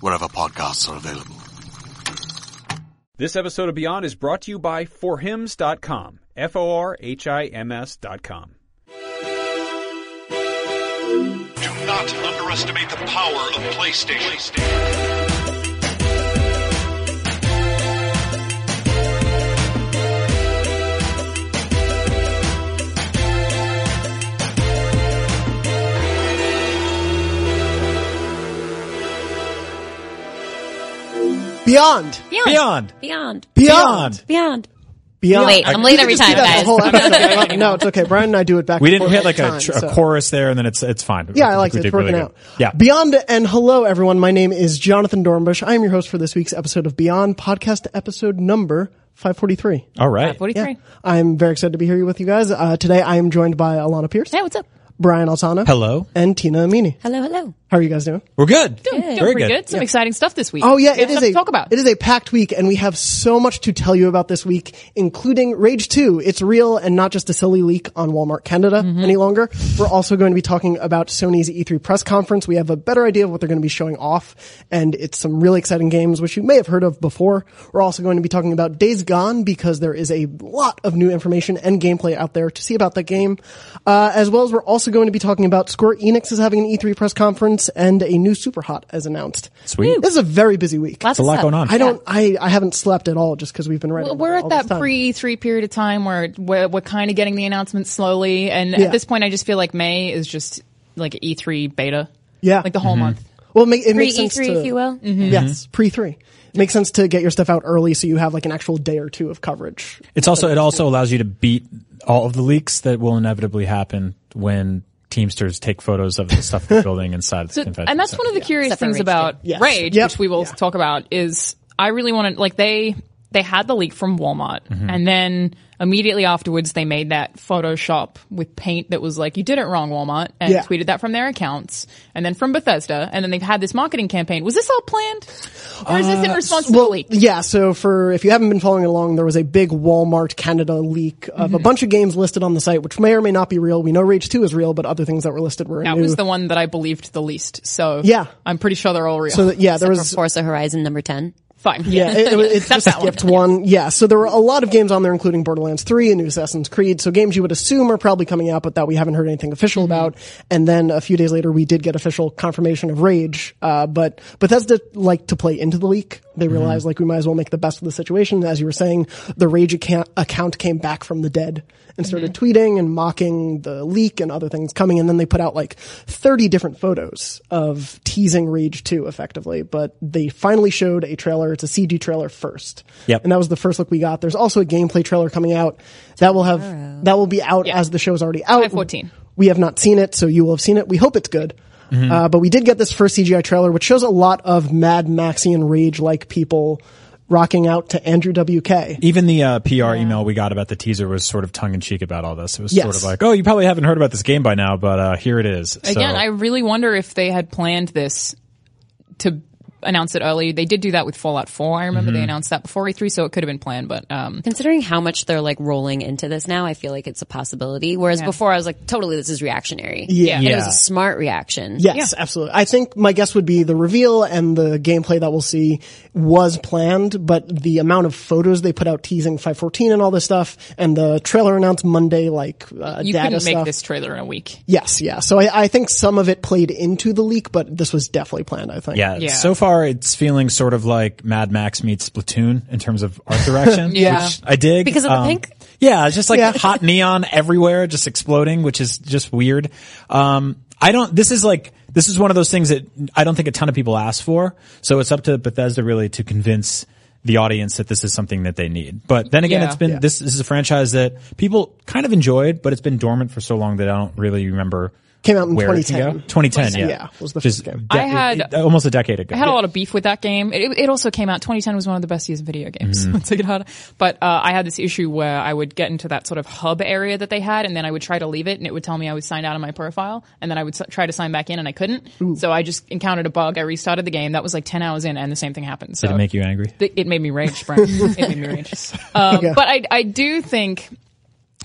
wherever podcasts are available. This episode of Beyond is brought to you by forhims.com. F O R H I M S.com. Do not underestimate the power of PlayStation. Beyond. Beyond. Beyond. Beyond. Beyond. Beyond. Wait, I'm late every time, Yeah, the guys. whole episode. Well, no, it's okay. Brian and I do it back. We and didn't forth hit like all the time, a, tr- so- a chorus there, and then it's it's fine. Yeah, I think like we it. It's did working really out. good. Yeah, Beyond and hello, everyone. My name is Jonathan Dornbush. I am your host for this week's episode of Beyond Podcast, episode number 543. all right. 43. Yeah. I'm very excited to be here with you guys. Uh, today I am joined by Alana Pierce, Hey, what's up? Brian Altano. Hello. And Tina Amini. Hello, hello. How are you guys doing? We're good. doing Very pretty good. good. Some exciting stuff this week. Oh yeah, We have it is stuff to a talk about. It is a packed week, and we have so much to tell you about this week, including Rage Two. It's real and not just a silly leak on Walmart Canada Mm-hmm. any longer. We're also going to be talking about Sony's E3 press conference. We have a better idea of what they're going to be showing off, and it's some really exciting games which you may have heard of before. We're also going to be talking about Days Gone because there is a lot of new information and gameplay out there to see about that game, uh, as well as we're also going to be talking about Square Enix is having an E3 press conference and a new Super Hot as announced. Sweet. This is a very busy week. It's a lot going on. I don't. I, I haven't slept at all just because we've been writing. We're all at this that time. pre three period of time where we're, we're kind of getting the announcements slowly, and Yeah. at this point, I just feel like May is just like E three beta. Yeah. Mm-hmm. like the whole month. Well, it, make, it Free makes sense E3, to, Mm-hmm. if you will. Mm-hmm. Yes, pre three. It makes sense to get your stuff out early so you have like an actual day or two of coverage. It's also it also allows you to beat all of the leaks that will inevitably happen when Teamsters take photos of the stuff they're building inside the convention. and that's center. one of the curious Except for things Rage about Yes. Rage, Yep. which we will Yeah. talk about, is I really want to like they they had the leak from Walmart, and then immediately afterwards they made that Photoshop with paint that was like you did it wrong, Walmart, and Yeah. tweeted that from their accounts, and then from Bethesda, and then they've had this marketing campaign. Was this all planned, or is Uh, this in response to the leak? Yeah. So for if you haven't been following along, there was a big Walmart Canada leak of Mm-hmm. a bunch of games listed on the site, which may or may not be real. We know Rage Two is real, but other things that were listed were That new. was the one that I believed the least. So Yeah. I'm pretty sure they're all real. so that, yeah, there Except was for Forza Horizon number 10. Fine. Yeah, it, it, it's Except just that one. skipped one. Yeah, so there were a lot of games on there, including Borderlands 3 and new Assassin's Creed. So games you would assume are probably coming out, but that we haven't heard anything official about. And then a few days later, we did get official confirmation of Rage. Uh, but Bethesda liked to play into the leak. They realized like we might as well make the best of the situation. As you were saying, the Rage account, account came back from the dead and started tweeting and mocking the leak and other things coming. And then they put out like 30 different photos of teasing Rage 2 effectively, but they finally showed a trailer. It's a CG trailer first. Yep. And that was the first look we got. There's also a gameplay trailer coming out that will have, that will be out as the show's already out. 5:14. We have not seen it, so you will have seen it. We hope it's good. Uh, but we did get this first CGI trailer, which shows a lot of Mad Maxian rage like people rocking out to Andrew WK. Even the uh, PR email we got about the teaser was sort of tongue in cheek about all this. It was sort Yes. of like, oh, you probably haven't heard about this game by now, but uh, here it is. So- Again, I really wonder if they had planned this to announce it early. They did do that with Fallout 4. I remember they Mm-hmm. announced that before E3, so it could have been planned, but um, Considering how much they're like rolling into this now, I feel like it's a possibility. Whereas before I was like, totally, this is reactionary. Yeah. And it was Yeah. a smart reaction. Yes, absolutely. I think my guess would be the reveal and the gameplay that we'll see was planned, but the amount of photos they put out teasing 514 and all this stuff, and the trailer announced Monday, like uh, you data couldn't stuff. make this trailer in a week. Yes, yeah. So I, I think some of it played into the leak, but this was definitely planned. I think. yeah, Yeah. So far, far, it's feeling sort of like Mad Max meets Splatoon in terms of art direction. Yeah. which I dig um, Because of the pink? Yeah, it's just like Yeah. hot neon everywhere, just exploding, which is just weird. Um, I don't. This is like this is one of those things that I don't think a ton of people ask for. So it's up to Bethesda really to convince the audience that this is something that they need. But then again, Yeah. it's been this, this is a franchise that people kind of enjoyed, but it's been dormant for so long that I don't really remember. Came out in where it can 2010. go. 2010, yeah, Yeah, was the Which is first game. de- I had- it- it- almost a decade ago. I had a lot of beef with that game. It, it also came out. 2010 was one of the best years of video games. Mm-hmm. Once I get out, but uh, I had this issue where I would get into that sort of hub area that they had, and then I would try to leave it, and it would tell me I was signed out of my profile, and then I would s- try to sign back in, and I couldn't. So I just encountered a bug. I restarted the game. That was like 10 hours in, and the same thing happened. So Did it make you angry? Th- it made me rage, Brent. it made me rage. Um, But I, I do think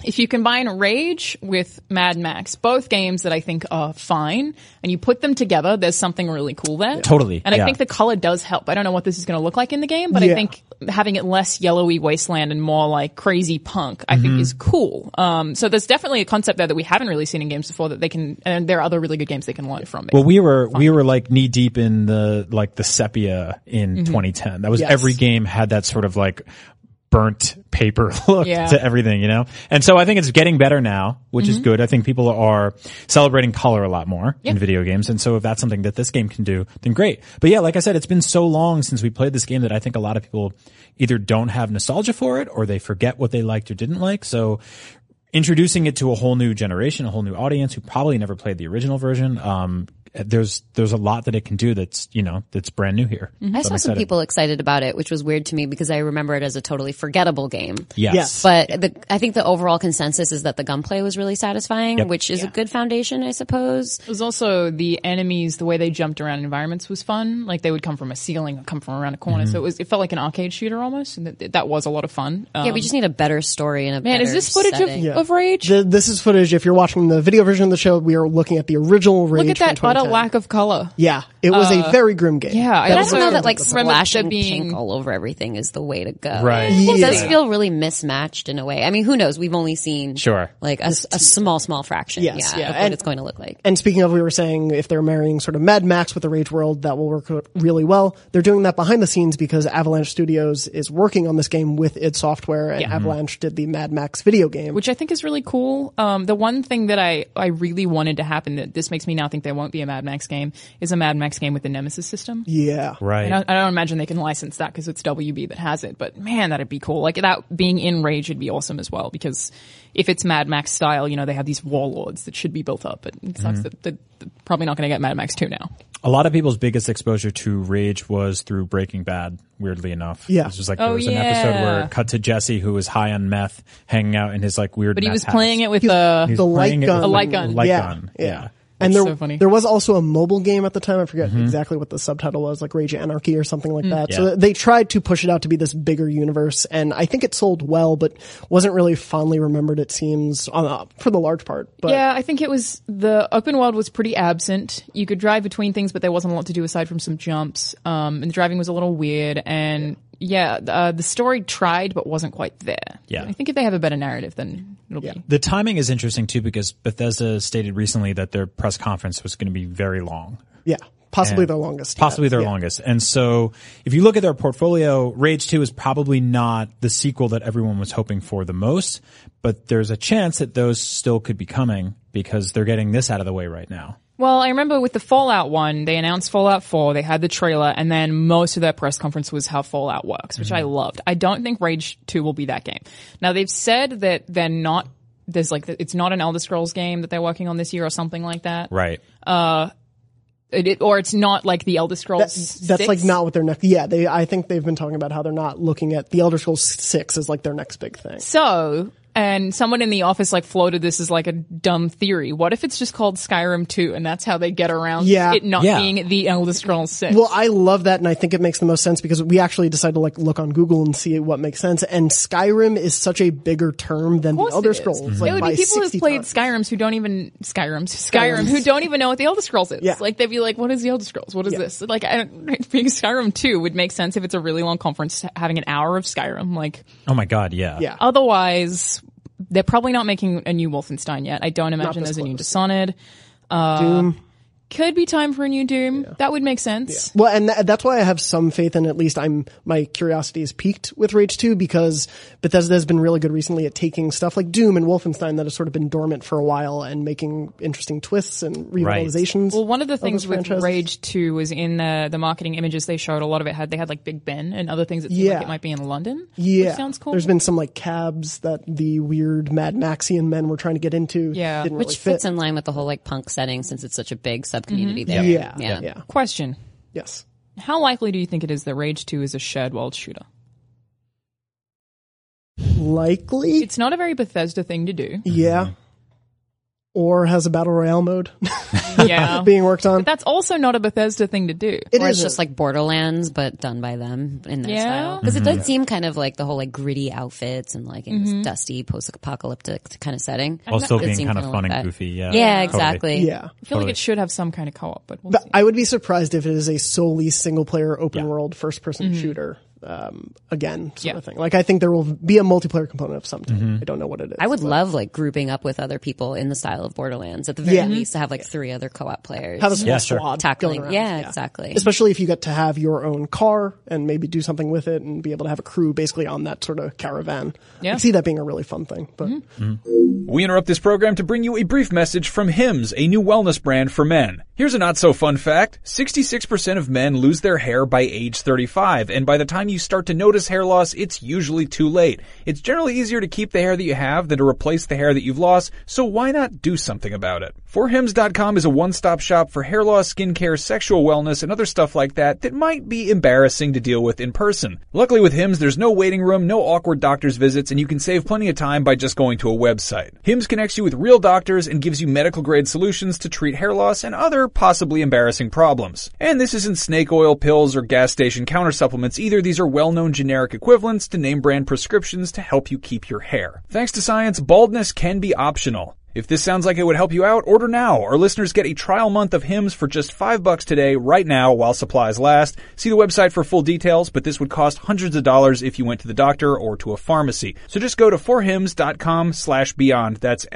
if you combine Rage with Mad Max, both games that I think are fine, and you put them together, there's something really cool there. Totally, And I yeah. think the color does help. I don't know what this is going to look like in the game, but I Yeah. think having it less yellowy wasteland and more like crazy punk, I Mm-hmm. think is cool. Um, so there's definitely a concept there that we haven't really seen in games before that they can, and there are other really good games they can learn from. Well, we were we were like knee deep in the like the sepia in 2010. That was Yes. every game had that sort of like burnt paper look Yeah. to everything, you know. And so I think it's getting better now, which is good. I think people are celebrating color a lot more in video games, and so if that's something that this game can do, then great. But yeah, like I said, it's been so long since we played this game that I think a lot of people either don't have nostalgia for it or they forget what they liked or didn't like. So introducing it to a whole new generation, a whole new audience who probably never played the original version. Um, there's there's a lot that it can do that's you know that's brand new here. Mm-hmm. I saw some people excited about it, which was weird to me because I remember it as a totally forgettable game. Yes. Yes. But the, I think the overall consensus is that the gunplay was really satisfying, which is a good foundation, I suppose. It was also the enemies, the way they jumped around environments was fun. Like they would come from a ceiling or come from around a corner. Mm-hmm. So it was, it felt like an arcade shooter almost. And that, that was a lot of fun. Um, yeah, we just need a better story and a man, is better this footage of, setting. of Rage? Th- This is footage. If you're watching the video version of the show, we are looking at the original Rage. Look from at that utter 2010. lack of color. Yeah, it was a very grim game. Yeah, But I also don't know that like remember there splashing being- pink all over everything is the way to go. Right. It does Yeah. feel really mismatched in a way. I mean, who knows? We've only seen Sure. like a, s- a small, small fraction. Yes, yeah, yeah. of what And- it's going to look like. And speaking of, we were saying if they're marrying sort of Mad Max with the Rage world, that will work really well. They're doing that behind the scenes because Avalanche Studios is working on this game with id Software, and Avalanche did the Mad Max video game. which I think is really cool. Um, the one thing that I, I really wanted to happen that this makes me now think there won't be a Mad Max game is a Mad Max game with the Nemesis system. yeah, right? I don't, I don't imagine they can license that because it's WB that has it, but man, that'd be cool. Like that being in Rage would be awesome as well because if it's Mad Max style, you know, they have these warlords that should be built up, but it sucks that that they're probably not going to get Mad Max 2 now. a lot of people's biggest exposure to Rage was through Breaking Bad. Weirdly enough, Yeah. it was just like Oh, there was an episode where yeah. it cut to Jesse who was high on meth, hanging out in his like weird. But he meth was house. playing it with uh, He was The light playing it with gun. A light gun. light yeah, gun. yeah. yeah. Mm-hmm. And there, so funny. there was also a mobile game at the time. I forget exactly what the subtitle was, like Rage Anarchy or something Mm. like that. Yeah. So they tried to push it out to be this bigger universe, and I think it sold well, but wasn't really fondly remembered. It seems on, uh, for the large part. But Yeah, I think it was the open world was pretty absent. You could drive between things, but there wasn't a lot to do aside from some jumps. Um, and the driving was a little weird. And yeah, uh, the story tried, but wasn't quite there. Yeah. I think if they have a better narrative, then it'll be. The timing is interesting too because Bethesda stated recently that their press conference was going to be very long. yeah, possibly And their longest. yet. Possibly their Yeah. longest. And so if you look at their portfolio, Rage 2 is probably not the sequel that everyone was hoping for the most, but there's a chance that those still could be coming because they're getting this out of the way right now. Well, I remember with the Fallout one, they announced Fallout 4, they had the trailer, and then most of their press conference was how Fallout works, which I loved. I don't think Rage 2 will be that game. Now, they've said that they're not, there's like, it's not an Elder Scrolls game that they're working on this year or something like that. Right. it, it- or it's not like the Elder Scrolls. That's, that's like six. not what their next. Yeah, they. I think they've been talking about how they're not looking at the Elder Scrolls Six as like their next big thing. So, and someone in the office like floated this as like a dumb theory. What if it's just called Skyrim Two, and that's how they get around Yeah. it not Yeah. being the Elder Scrolls Six? Well, I love that, and I think it makes the most sense because we actually decided to like look on Google and see what makes sense. And Skyrim is such a bigger term than the Of course Elder it is. Scrolls. it would by be people who've 60 played times. Skyrims who don't even Skyrims Skyrim who don't even know what the Elder Scrolls is. Yeah. Like they'd be like, "What is the Elder Scrolls? What is this?" Like, I don't, being Skyrim two would make sense if it's a really long conference having an hour of Skyrim. Like, Oh my God. Yeah. Yeah. otherwise, they're probably not making a new Wolfenstein yet. I don't imagine this there's a new close. Dishonored. Doom. could be time for a new Doom. That would make sense. Well, and tha- that's why I have some faith in at least I'm my curiosity is piqued with Rage 2 because Bethesda has been really good recently at taking stuff like Doom and Wolfenstein that has sort of been dormant for a while and making interesting twists and revitalizations. Well, one of the things those with franchises. Rage 2 was in the, the marketing images they showed, a lot of it had, they had like Big Ben and other things that seemed Yeah. like it might be in London. yeah, Which sounds cool. There's been some like cabs that the weird Mad Maxian men were trying to get into. Yeah. didn't which really fit. fits in line with the whole like punk setting since it's such a big sub community there. Yeah. Mm-hmm. yeah. yeah, Question. yes. How likely do you think it is that Rage 2 is a shared world shooter? Likely, It's not a very Bethesda thing to do. Mm-hmm. yeah. Or has a battle royale mode Yeah. being worked on? but that's also not a Bethesda thing to do. It or it's isn't. just like Borderlands, but done by them in their Yeah. style. Because Mm-hmm. it does seem kind of like the whole like gritty outfits and like in this dusty post-apocalyptic kind of setting. While still It being seemed kind of kinda fun like and that. goofy. Yeah, Yeah. Totally. exactly. yeah. I feel like it should have some kind of co-op, but we'll But see. I would be surprised if it is a solely single player open world first person shooter um, again sort Yeah. of thing. Like I think there will be a multiplayer component of some type. Mm-hmm. I don't know what it is. I would love like grouping up with other people in the style of Borderlands at the very Yeah. least to have like three other co-op players have a small Yeah, sure. squad tackling. going around. yeah, exactly. Especially if you get to have your own car and maybe do something with it and be able to have a crew basically on that sort of caravan. Yeah. Mm-hmm. I see that being a really fun thing. But We interrupt this program to bring you a brief message from Hims, a new wellness brand for men. Here's a not so fun fact. 66% of men lose their hair by age 35, and by the time you start to notice hair loss, it's usually too late. It's generally easier to keep the hair that you have than to replace the hair that you've lost, so why not do something about it? ForHims.com is a one-stop shop for hair loss, skincare, sexual wellness, and other stuff like that that might be embarrassing to deal with in person. Luckily with Hims, there's no waiting room, no awkward doctor's visits, and you can save plenty of time by just going to a website. Hims connects you with real doctors and gives you medical grade solutions to treat hair loss and other possibly embarrassing problems. And this isn't snake oil pills or gas station counter supplements either. These are well-known generic equivalents to name brand prescriptions to help you keep your hair. Thanks to science, baldness can be optional. If this sounds like it would help you out, order now. Our listeners get a trial month of hymns for just five bucks today, right now, while supplies last. See the website for full details, but this would cost hundreds of dollars if you went to the doctor or to a pharmacy. So just go to forhims.com slash beyond. That's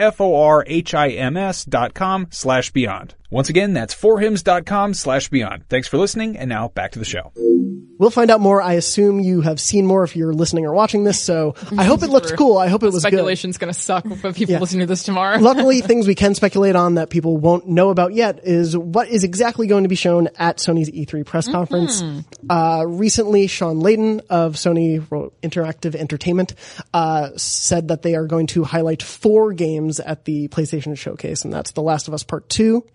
F-O-R-H-I-M-S dot com slash beyond. Once again, that's forhims.com slash beyond. Thanks for listening, and now back to the show. we'll find out more. I assume you have seen more if you're listening or watching this. So I hope it looked cool. I hope it was good. Speculation's going to suck for people listening to this tomorrow. Luckily, things we can speculate on that people won't know about yet is what is exactly going to be shown at Sony's E3 Mm-hmm. press conference. Uh, recently, Sean Layden of Sony Ro- Interactive Entertainment uh, said that they are going to highlight four games at the PlayStation Showcase, and that's The Last of Us Part Two,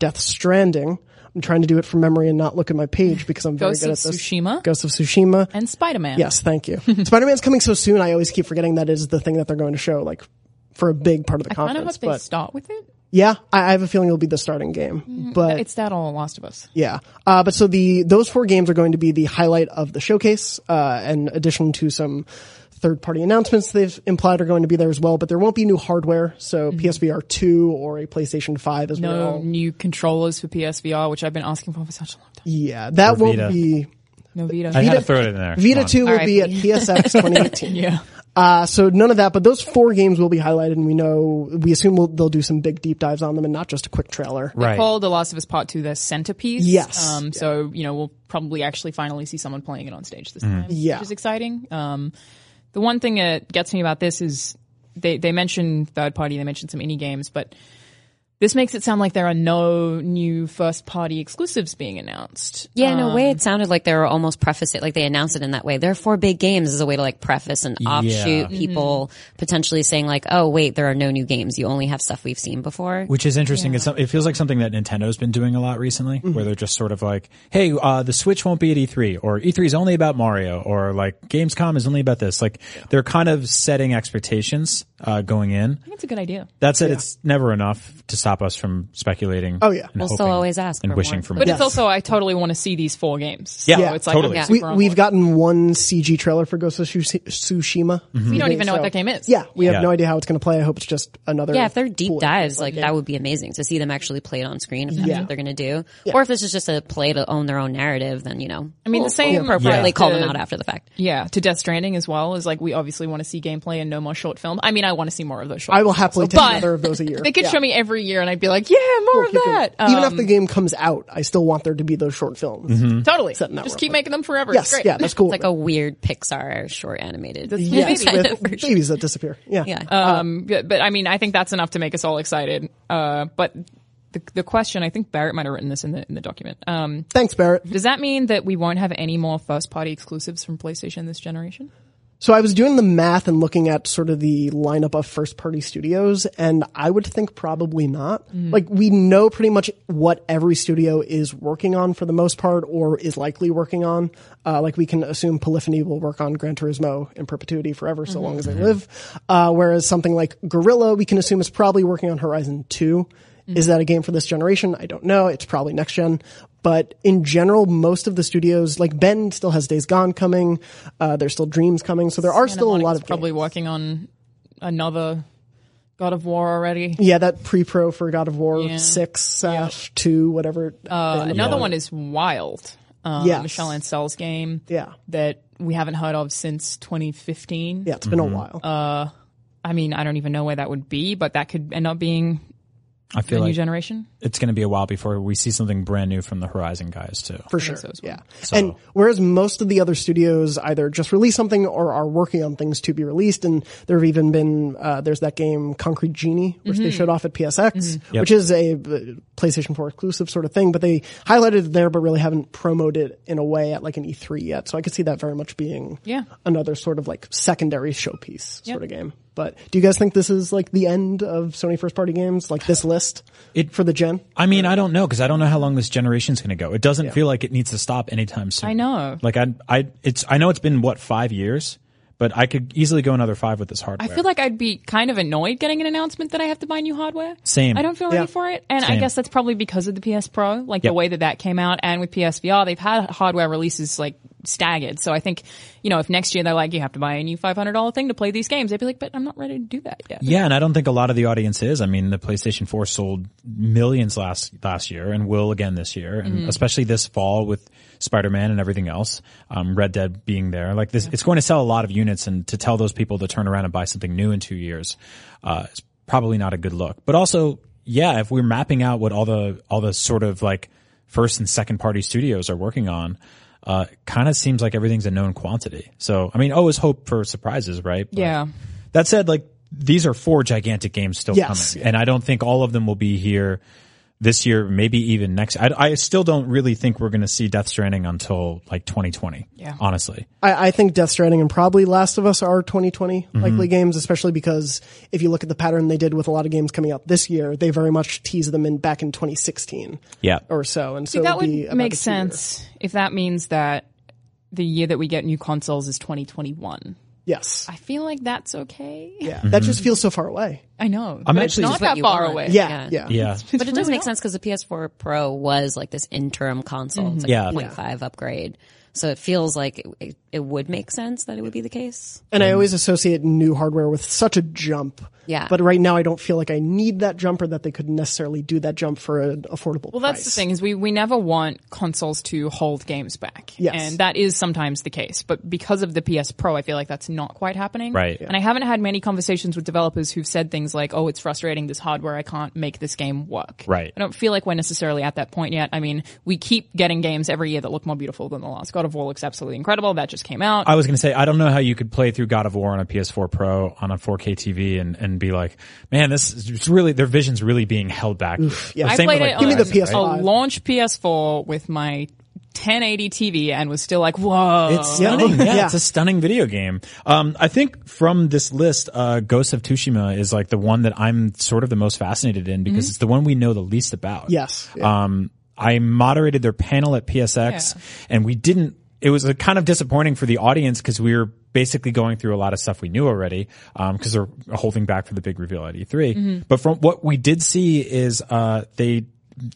Death Stranding. I'm trying to do it from memory and not look at my page because I'm very Ghost good at of this. Tsushima. Ghost of Tsushima. and Spider-Man. Yes, thank you. Spider Man's coming so soon. I always keep forgetting that is the thing that they're going to show, like for a big part of the I kind of conference. hope they but start with it. yeah, I, I have a feeling it'll be the starting game. But Mm-hmm. It's that all Last of Us. yeah, uh, but so the those four games are going to be the highlight of the showcase, uh, in addition to some third party announcements they've implied are going to be there as well. But there won't be new hardware, so PSVR two or a PlayStation five as Mm-hmm. No well. new controllers for PSVR, which I've been asking for for such a long time. Yeah, that Or won't Vita. be No Vita. I had to throw it in there. Come Vita on. two will be at RIP. PSX 2018. Yeah. Uh, so none of that, but those four games will be highlighted, and we know we assume we'll, they'll do some big deep dives on them, and not just a quick trailer. Right. Call The Last of Us Part Two their centerpiece. Yes. Um, So you know we'll probably actually finally see someone playing it on stage Mm-hmm. this time, Yeah. which is exciting. Um, the one thing that gets me about this is they they mentioned third party, they mentioned some indie games, but this makes it sound like there are no new first party exclusives being announced. Yeah, in Um, a way, it sounded like they were almost preface it, like they announced it in that way. There are four big games as a way to like preface and offshoot people potentially saying like, "Oh, wait, there are no new games. You only have stuff we've seen before." Which is interesting. It's some, it feels like something that Nintendo's been doing a lot recently, Mm-hmm. where they're just sort of like, "Hey, uh, the Switch won't be at E3, or E3 is only about Mario, or like Gamescom is only about this." Like they're kind of setting expectations uh, going in. I think it's a good idea. That said, it's never enough to stop us from speculating. Oh, yeah. and We'll still hoping always ask and for wishing more. for more. But it's also I totally want to see these four games. Yeah, so it's like totally. I'm Yeah. We, super on we've board. gotten one CG trailer for Ghost of Tsushi- Tsushima. we don't even So- know what that game is. Yeah, we have Mm-hmm. Yeah. no idea how it's going to play. I hope it's just another. Yeah, if they're deep cool dives, like that would be amazing to see them actually play it on screen if that's Yeah. what they're going to do. Or if this is just a play to own their own narrative, then you know, I mean, the same appropriately applies call to- them out after the fact. Yeah, to Death Stranding as well is like we obviously want to see gameplay and no more short film. I mean, I want to see more of those short. I will happily take But- another of those a year. They could Yeah. show me every year and I'd be like, yeah, more of that. Um, Even after the game comes out, I still want there to be those short films. Mm-hmm. totally. Set in that Just world. keep making them forever. Yes, It's great. yeah, that's cool. It's like a weird Pixar short animated. yes, kind of with version. babies that disappear. Yeah. Yeah. Um, but, but I mean, I think that's enough to make us all excited. Uh, but the, the question, I think Barrett might have written this in the in the document. Um, Thanks, Barrett. does that mean that we won't have any more first party exclusives from PlayStation this generation? So I was doing the math and looking at sort of the lineup of first party studios and I would think probably not. Like we know pretty much what every studio is working on for the most part or is likely working on. Uh, like we can assume Polyphony will work on Gran Turismo in perpetuity forever so long as they live. Uh, whereas something like Gorilla we can assume is probably working on Horizon 2. Mm-hmm. Is that a game for this generation? I don't know. It's probably next gen. But in general, most of the studios, like Ben still has Days Gone coming. Uh, there's still Dreams coming. So there are Santa still a lot Monica's of probably games. working on another God of War already. Yeah, that pre-pro for God of War Yeah. 6 slash 2, whatever. Uh, another one is Wild. Um, Yes. Michelle Ansel's game yeah. that we haven't heard of since 2015. Yeah, it's been a while. I mean, I don't even know where that would be, but that could end up being I a feel new like generation. it's going to be a while before we see something brand new from the Horizon guys too. for sure. so as well. yeah. And whereas most of the other studios either just release something or are working on things to be released, and there have even been uh, there's that game Concrete Genie, which Mm-hmm. they showed off at PSX, which is a uh, PlayStation 4 exclusive sort of thing, but they highlighted it there, but really haven't promoted it in a way at like an E3 yet. So I could see that very much being Yeah. another sort of like secondary showpiece sort of game. But do you guys think this is like the end of Sony first party games, like this list It- for the gen? I mean, I don't know because I don't know how long this generation's going to go. It doesn't feel like it needs to stop anytime soon. I know. Like I, I, it's. I know it's been what five years, but I could easily go another five with this hardware. I feel like I'd be kind of annoyed getting an announcement that I have to buy new hardware. Same. I don't feel Yeah. ready for it. And I Same. guess that's probably because of the PS Pro, like the Yep. way that that came out. And with PSVR, they've had hardware releases like staggered. So I think, you know, if next year they're like, you have to buy a new $500 thing to play these games, I'd be like, but I'm not ready to do that yet. Yeah, and I don't think a lot of the audience is. I mean, the PlayStation 4 sold millions last last year and will again this year, and especially this fall with Spider-Man and everything else. Um, Red Dead being there, like this, it's going to sell a lot of units, and to tell those people to turn around and buy something new in two years, uh, is probably not a good look. But also, yeah, if we're mapping out what all the all the sort of like first and second party studios are working on. Uh, kind of seems like everything's a known quantity. So, I mean, always hope for surprises, right? But- Yeah. that said, like these are four gigantic games still Yes. coming, and I don't think all of them will be here this year. Maybe even next. I, I still don't really think we're going to see Death Stranding until like 2020. Yeah, honestly, I, I think Death Stranding and probably Last of Us are 2020 Mm-hmm. likely games, especially because if you look at the pattern they did with a lot of games coming out this year, they very much teased them in back in 2016 yeah. or so. And so that it would, would be about make a two-year. sense if that means that the year that we get new consoles is 2021. Yes. I feel like that's okay. Yeah. That Mm-hmm. just feels so far away. I know. I'm but actually- it's Just not what that you far want. away. Yeah. Yeah. Yeah. yeah. but it does make sense because the PS4 Pro was like this interim console. It's like Yeah. a 0.5 upgrade. So it feels like it, it, it would make sense that it would be the case. And Mm-hmm. I always associate new hardware with such a jump. Yeah. But right now I don't feel like I need that jump or that they could necessarily do that jump for an affordable Well, that's the thing is we, we never want consoles to hold games back. Yes. And that is sometimes the case. But because of the PS Pro, I feel like that's not quite happening. Right. And I haven't had many conversations with developers who've said things like, oh, it's frustrating, this hardware, I can't make this game work. Right. I don't feel like we're necessarily at that point yet. I mean, we keep getting games every year that look more beautiful than the last. God of War looks absolutely incredible. That just came out. I was going to say I don't know how you could play through God of War on a PS4 Pro on a 4K TV and and be like, man, this is it's really their vision's really being held back. yeah. I Same with, played like, it Give me on the PS5. Horizon, a right? launch PS4 with my 1080 TV and was still like, whoa. It's stunning. Oh, Yeah, Yeah. it's a stunning video game. Um, I think from this list, uh, Ghost of Tsushima is like the one that I'm sort of the most fascinated in because it's the one we know the least about. Yes. Um, I moderated their panel at PSX and we didn't, it was uh, kind of disappointing for the audience because we were basically going through a lot of stuff we knew already, um, cause they're holding back for the big reveal at E3. But from what we did see is, uh, they,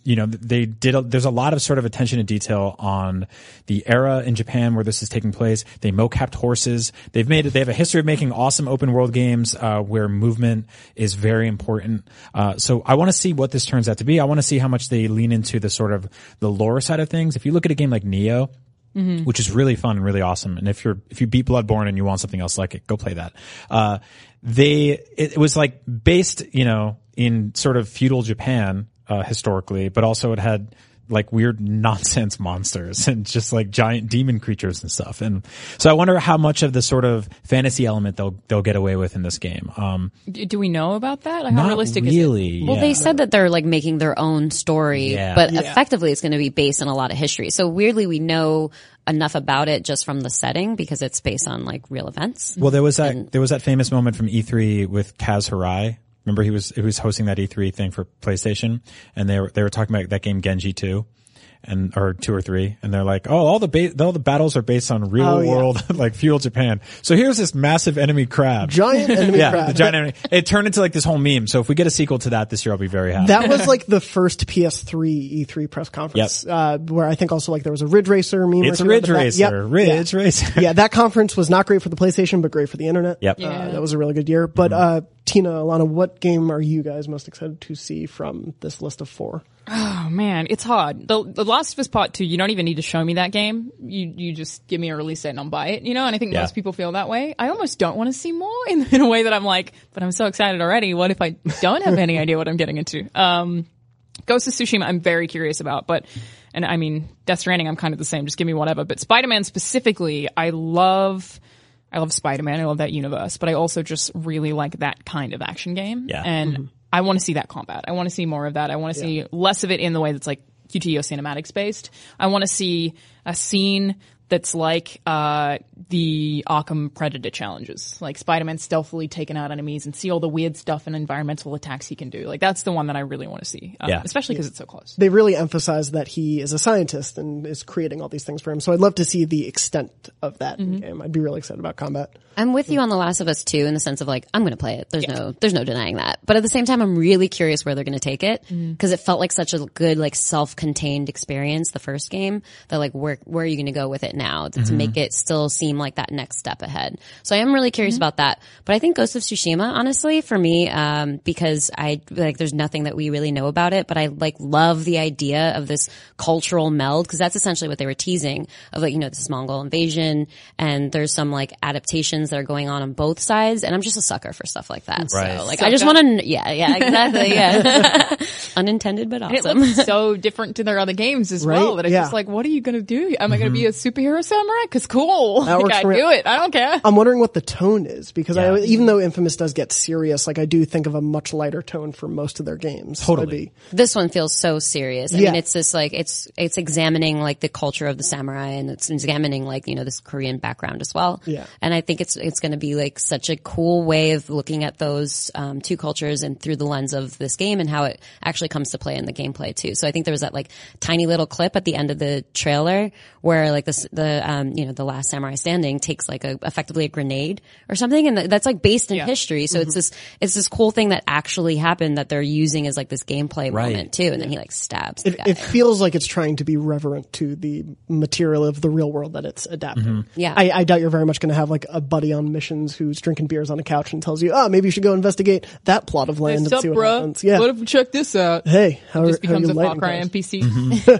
you know, they did, a, there's a lot of sort of attention to detail on the era in Japan where this is taking place. They mocapped horses. They've made it, they have a history of making awesome open world games, uh, where movement is very important. Uh, so I want to see what this turns out to be. I want to see how much they lean into the sort of the lore side of things. If you look at a game like Neo, Mm-hmm. which is really fun and really awesome. And if you're if you beat Bloodborne and you want something else like it, go play that. Uh, they it, it was like based, you know, in sort of feudal Japan uh, historically, but also it had like weird nonsense monsters and just like giant demon creatures and stuff. And so I wonder how much of the sort of fantasy element they'll they'll get away with in this game. Um, D- Do we know about that? Like, how not realistic is really. Well, yeah. they said that they're like making their own story, Yeah. but effectively it's going to be based on a lot of history. So weirdly, we know enough about it just from the setting because it's based on like real events. Well, there was that there was that famous moment from E3 with Kaz Hirai. Remember, he was he was hosting that E3 thing for PlayStation, and they were they were talking about that game Genji two, and or two or three, and they're like, oh, all the ba- all the battles are based on real Oh, yeah. world like feudal Japan. So here's this massive enemy crab. Giant enemy yeah, crab. the giant enemy. It turned into like this whole meme. So if we get a sequel to that this year, I'll be very happy. That was like the first PS3 E3 E press conference, uh, where I think also like there was a Ridge Racer meme. it's or two at Ridge the back. Racer, Yep. Ridge Racer. Yeah. yeah, that conference was not great for the PlayStation, but great for the internet. Yep. Mm-hmm. Uh, that was a really good year. But uh, Tina, Alana, what game are you guys most excited to see from this list of four? Oh man, it's hard. The, the Last of Us Part Two. You don't even need to show me that game. You you just give me a release date and I'll buy it. You know, and I think Yeah. most people feel that way. I almost don't want to see more in, in a way that I'm like, but I'm so excited already. What if I don't have any idea what I'm getting into? Um, Ghost of Tsushima, I'm very curious about, but and I mean Death Stranding, I'm kind of the same. Just give me whatever. But Spider Man specifically, I love. I love Spider Man. I love that universe, but I also just really like that kind of action game. Yeah. And Mm-hmm. I want to see that combat. I want to see more of that. I want to see less of it in the way that's like QTE or cinematics based. I want to see a scene that's like uh, the Arkham Predator challenges, like Spider Man stealthily taking out enemies and see all the weird stuff and environmental attacks he can do. Like that's the one that I really want to see, uh, Yeah. especially because it's so close. They really emphasize that he is a scientist and is creating all these things for him. So I'd love to see the extent of that in game. I'd be really excited about combat. I'm with you on The Last of Us too, in the sense of like, I'm going to play it. There's no, there's no denying that. But at the same time, I'm really curious where they're going to take it because it felt like such a good, like self-contained experience, the first game that like, where, where are you going to go with it now to make it still seem like that next step ahead? So I am really curious about that. But I think Ghost of Tsushima, honestly, for me, um, because I like, there's nothing that we really know about it, but I like love the idea of this cultural meld because that's essentially what they were teasing of like, you know, this Mongol invasion and there's some like adaptations that are going on on both sides. And I'm just a sucker for stuff like that. Right. So like, I just want to, yeah, yeah, exactly. Yeah. Unintended, but It awesome. looks so different to their other games as well. That it's Yeah. Mm-hmm. just like, what are you gonna do? Am I gonna be a superhero samurai? Cause cool, That like, works I for me. do it. I don't care. I'm wondering what the tone is because I, Yeah. even though Infamous does get serious, like I do think of a much lighter tone for most of their games. So I'd Totally. be- this one feels so serious. I Yeah. mean, it's this like it's it's examining like the culture of the samurai and it's examining like you know this Korean background as well. Yeah. and I think it's it's going to be like such a cool way of looking at those um, two cultures and through the lens of this game and how it actually comes to play in the gameplay too. So I think there was that like tiny little clip at the end of the trailer where like this the um, you know the last samurai standing takes like a effectively a grenade or something, and th- that's like based in history. So Mm-hmm. it's this it's this cool thing that actually happened that they're using as like this gameplay moment too, and then he like stabs. the it, guy. it feels like it's trying to be reverent to the material of the real world that it's adapting. Mm-hmm. Yeah. I, I doubt you're very much going to have like a buddy on missions who's drinking beers on a couch and tells you, oh, maybe you should go investigate that plot of land and see what happens. Yeah. What if we check this out? hey, how, just are, how are you becomes a Far lighting Cry things? NPC. Mm-hmm.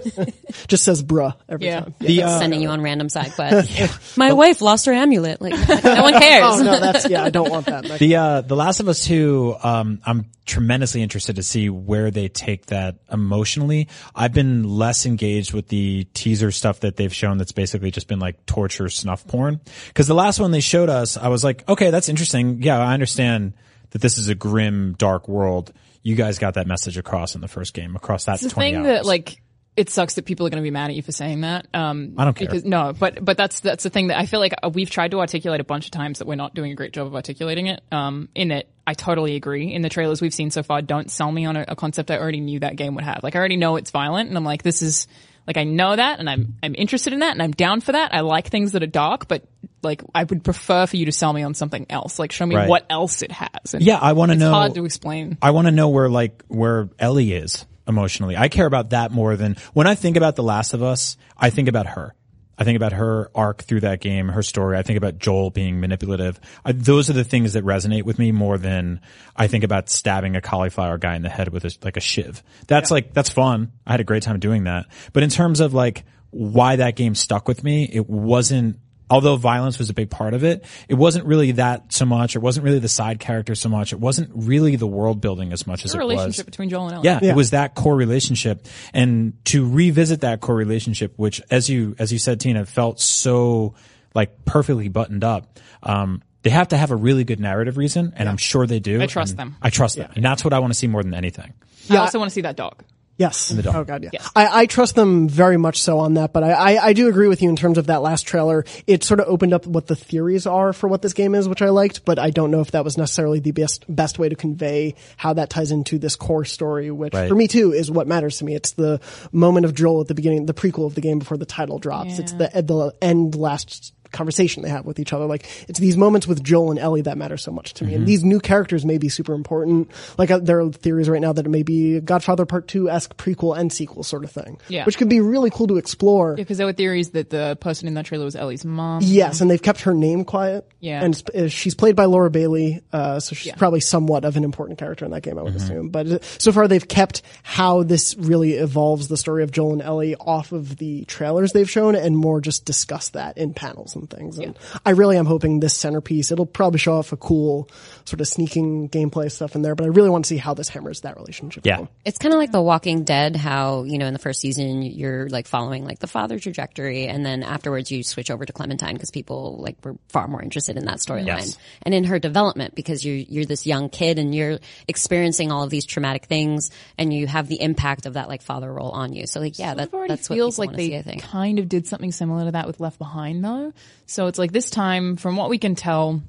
Just says bruh every Yeah. time. The, uh, sending you on random side quests. My wife lost her amulet. Like no one cares. uh, Oh no, that's, yeah, I don't want that. Next. The uh, The Last of Us Two, um, I'm tremendously interested to see where they take that emotionally. I've been less engaged with the teaser stuff that they've shown. That's basically just been like torture snuff porn. Because the last one they showed us, I was like, okay, that's interesting. Yeah, I understand that this is a grim, dark world. You guys got that message across in the first game, across that It's the 20 thing hours. that like it sucks that people are going to be mad at you for saying that. Um, I don't care. Because, no, but but that's that's the thing that I feel like uh, we've tried to articulate a bunch of times that we're not doing a great job of articulating it. Um, in it, I totally agree. In the trailers we've seen so far, don't sell me on a, a concept I already knew that game would have. Like I already know it's violent, and I'm like, this is like I know that, and I'm I'm interested in that, and I'm down for that. I like things that are dark, but like I would prefer for you to sell me on something else. Like show me Right. what else it has. And Yeah, I wanna it's know- Hard to explain. I want to know where like where Ellie is emotionally. I care about that more than when I think about The Last of Us, I think about her. I think about her arc through that game, her story. I think about Joel being manipulative. I, those are the things that resonate with me more than I think about stabbing a cauliflower guy in the head with a, like a shiv. That's like that's fun. I had a great time doing that. But in terms of like why that game stuck with me, it wasn't although violence was a big part of it, it wasn't really that so much. It wasn't really the side character so much. It wasn't really the world building as much as The it relationship was. between Joel and Ellie. Yeah, it was that core relationship, and to revisit that core relationship, which as you as you said, Tina, felt so like perfectly buttoned up. Um, they have to have a really good narrative reason, and I'm sure they do. I trust and them. I trust them, and that's what I want to see more than anything. I also want to see that dog. Yes. Oh god, yeah. I, I trust them very much so on that, but I, I, I do agree with you in terms of that last trailer. It sort of opened up what the theories are for what this game is, which I liked, but I don't know if that was necessarily the best best way to convey how that ties into this core story, which Right. for me too is what matters to me. It's the moment of Joel at the beginning, the prequel of the game before the title drops. It's the at the end last conversation they have with each other. Like it's these moments with Joel and Ellie that matter so much to me. And these new characters may be super important. Like uh, there are theories right now that it may be Godfather Part Two esque prequel and sequel sort of thing, Yeah. which could be really cool to explore. Because there were theories that the person in that trailer was Ellie's mom. Yes, and they've kept her name quiet. Yeah. and sp- uh, she's played by Laura Bailey, uh, so she's probably somewhat of an important character in that game, I would assume. But uh, so far, they've kept how this really evolves the story of Joel and Ellie off of the trailers they've shown, and more just discuss that in panels and things. And I really am hoping this centerpiece it'll probably show off a cool sort of sneaking gameplay stuff in there. But I really want to see how this hammers that relationship. Yeah. home. It's kind of like The Walking Dead, how, you know, in the first season, you're like following like the father trajectory. And then afterwards you switch over to Clementine because people like were far more interested in that storyline and in her development because you're, you're this young kid and you're experiencing all of these traumatic things and you have the impact of that like father role on you. So like, yeah, that, It already that's what feels people wanna like they see, I think. kind of did something similar to that with Left Behind, though. So it's like this time, from what we can tell,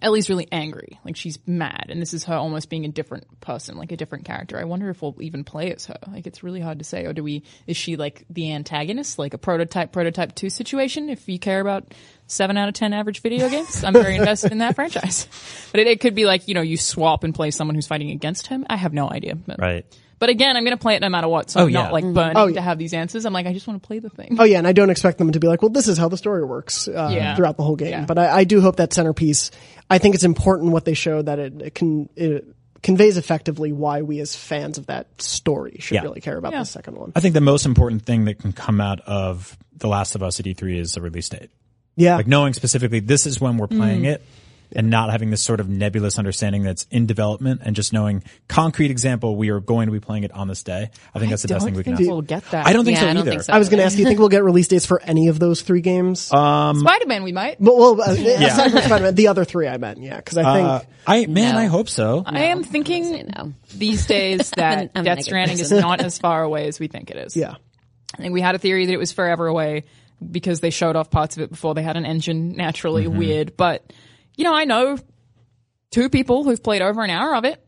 Ellie's really angry. Like she's mad, and this is her almost being a different person, like a different character. I wonder if we'll even play as her. Like it's really hard to say. Or do we? Is she like the antagonist, like a prototype, prototype two situation? If you care about seven out of ten average video games, I'm very invested in that franchise. But it, it could be like you know you swap and play someone who's fighting against him. I have no idea. But but again, I'm going to play it no matter what. So Oh, I'm yeah. not Mm-hmm. like burning Oh, yeah. to have these answers. I'm like, I just want to play the thing. Oh yeah, and I don't expect them to be like, well, this is how the story works uh, Yeah. throughout the whole game. Yeah. But I, I do hope that centerpiece. I think it's important what they show that it, it can it conveys effectively why we as fans of that story should Yeah. really care about the second one. I think the most important thing that can come out of The Last of Us at E3 is the release date. Yeah, like knowing specifically this is when we're playing it and not having this sort of nebulous understanding that's in development and just knowing concrete example we are going to be playing it on this day. I think that's the best thing we can think ask. we'll get that. I don't think Yeah, so I either. don't think so. I was going to ask you. Think we'll get release dates for any of those three games? Uh, Spider Man, we might. but well, uh, aside from Spider-Man, the other three I meant. Yeah, because I think Uh, I man, I hope so. I am thinking No. these days that I'm a Death negative Stranding is not as far away as we think it is. yeah. I think we had a theory that it was forever away because they showed off parts of it before they had an engine naturally Mm-hmm. weird. But, you know, I know two people who've played over an hour of it.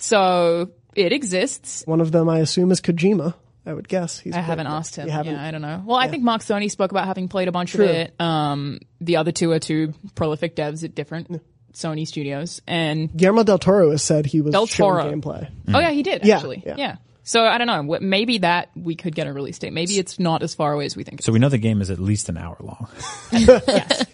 So it exists. One of them I assume is Kojima. I would guess. He's I haven't played it. asked him. You haven't. Yeah, I don't know. Well, I think Mark Sony spoke about having played a bunch of it. Um, the other two are two prolific devs at different Sony studios, and Guillermo del Toro has said he was Del showing Toro. gameplay. Mm. oh yeah, he did Yeah, actually. yeah. Yeah. So I don't know. What- Maybe that we could get a release date. Maybe it's not as far away as we think. So we know the game is at least an hour long.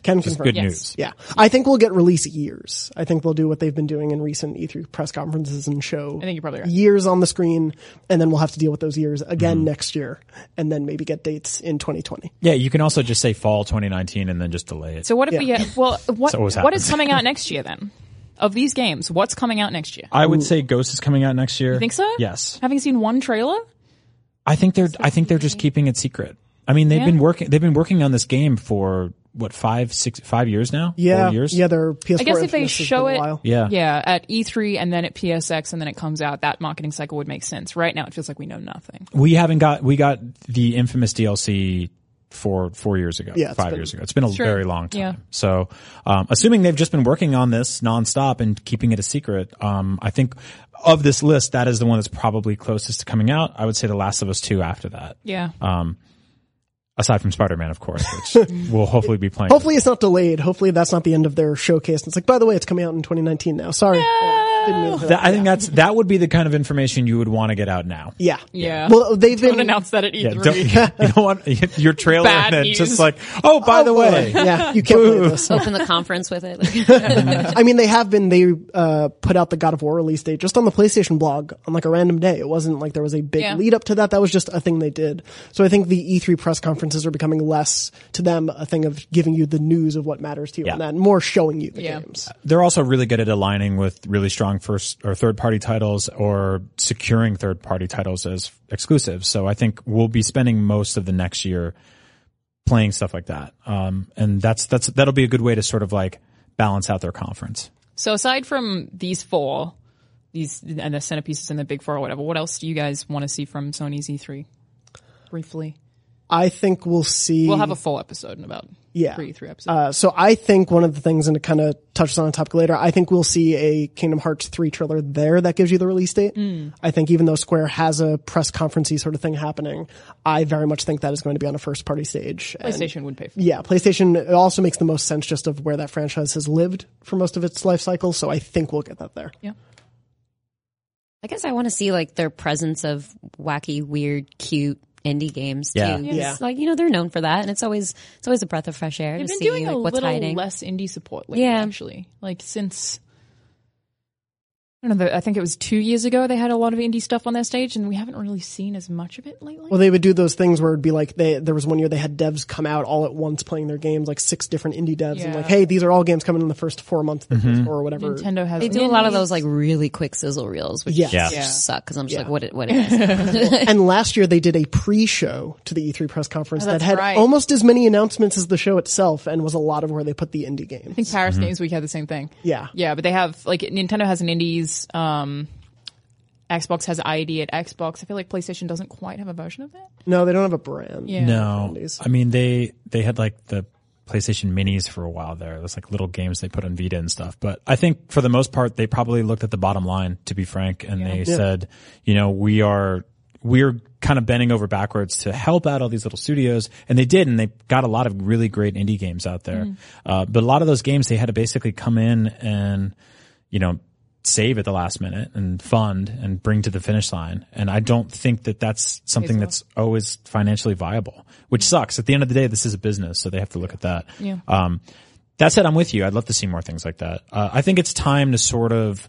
Can confirm. Good Yes. news. Yeah. I think we'll get release years. I think they'll do what they've been doing in recent E3 press conferences and show I think you're probably right. years on the screen. And then we'll have to deal with those years again Hmm. next year and then maybe get dates in 2020. Yeah, you can also just say fall 2019 and then just delay it. So what if we get? Well, what always what is happens. coming out next year then? Of these games, what's coming out next year? I would say Ghost is coming out next year. You think so? Yes. Having seen one trailer, I think they're I think they're just keeping it secret. I mean, they've been working they've been working on this game for what five six five years now? Yeah. Four years? Yeah. Their PS4 I guess if they Infamous has show been a it, while. Yeah. yeah, at E3 and then at PSX and then it comes out, that marketing cycle would make sense. Right now, it feels like we know nothing. we haven't got we got the infamous DLC four four years ago, Yeah, it's five been- years ago. It's been a very long time. Yeah. So, um, assuming they've just been working on this nonstop and keeping it a secret, um, I think of this list, that is the one that's probably closest to coming out. I would say The Last of Us Two after that, Yeah. Um, aside from Spider Man, of course, which we'll hopefully be playing. Hopefully it's not delayed. Hopefully that's not the end of their showcase. It's like, by the way, it's coming out in 2019 now. Sorry. Didn't mean for That- I think that's that would be the kind of information you would want to get out now. Yeah. Yeah. Well, they've Don't been announce that at E E3. Yeah, don't, you don't want your trailer Bad and then it's news. just like, oh, by the way, Yeah, you can't believe this. Open the conference with it. I mean, they have been. They uh, put out the God of War release date just on the PlayStation blog on like a random day. It wasn't like there was a big Yeah. lead up to that. That was just a thing they did. So I think the E3 press conferences are becoming less to them a thing of giving you the news of what matters to you, Yeah. and then more showing you the Yeah. games. they're also really good at aligning with really strong first or third party titles or securing third party titles as exclusives. So I think we'll be spending most of the next year playing stuff like that. Um, and that's, that's, that'll be a good way to sort of like balance out their conference. So aside from these four, these and the centerpieces and the big four or whatever, what else do you guys want to see from Sony's E3? Briefly, Mm. I think we'll see. we'll have a full episode in about Yeah. three three episodes. Uh, so I think one of the things, and it kind of touches on a topic later, I think we'll see a Kingdom Hearts 3 trailer there that gives you the release date. Mm. I think even though Square has a press conferencey sort of thing happening, I very much think that is going to be on a first party stage. And- PlayStation would pay for. it. yeah, PlayStation, it also makes the most sense just of where that franchise has lived for most of its life cycle, so I think we'll get that there. I guess I want to see like their presence of wacky, weird, cute indie games Yeah. too. Yeah. It's Like you know, they're known for that, and it's always it's always a breath of fresh air They've to been see doing like a what's little hiding. less indie support lately, Yeah. actually. Like since I don't know, I think it was two years ago they had a lot of indie stuff on their stage, and we haven't really seen as much of it lately. Well, they would do those things where it'd be like they, there was one year they had devs come out all at once playing their games, like six different indie devs, and Yeah. like, hey, these are all games coming in the first four months of the or whatever. Nintendo has They do a lot of those like really quick sizzle reels, which Yes. Yeah. just Yeah. suck because I'm just like, what? It, what it is? and last year they did a pre-show to the E3 press conference that Oh, that's had right. almost as many announcements as the show itself, and was a lot of where they put the indie I think games. Paris Games Week had the same thing. Yeah. Yeah, but they have like Nintendo has an indies, um Xbox has ID at Xbox. I feel like PlayStation doesn't quite have a version of that. No, they don't have a brand. Yeah. No, Indies. I mean, they, they had like the PlayStation minis for a while there. That's like little games they put on Vita and stuff. But I think for the most part, they probably looked at the bottom line, to be frank. And they said, you know, we are, we're kind of bending over backwards to help out all these little studios. And they did. And they got a lot of really great indie games out there. Uh, but a lot of those games, they had to basically come in and, you know, save at the last minute and fund and bring to the finish line. And I don't think that that's something that's always financially viable, which sucks. At the end of the day, this is a business, so they have to look at that. Yeah. Um, that said, I'm with you. I'd love to see more things like that. Uh, I think it's time to sort of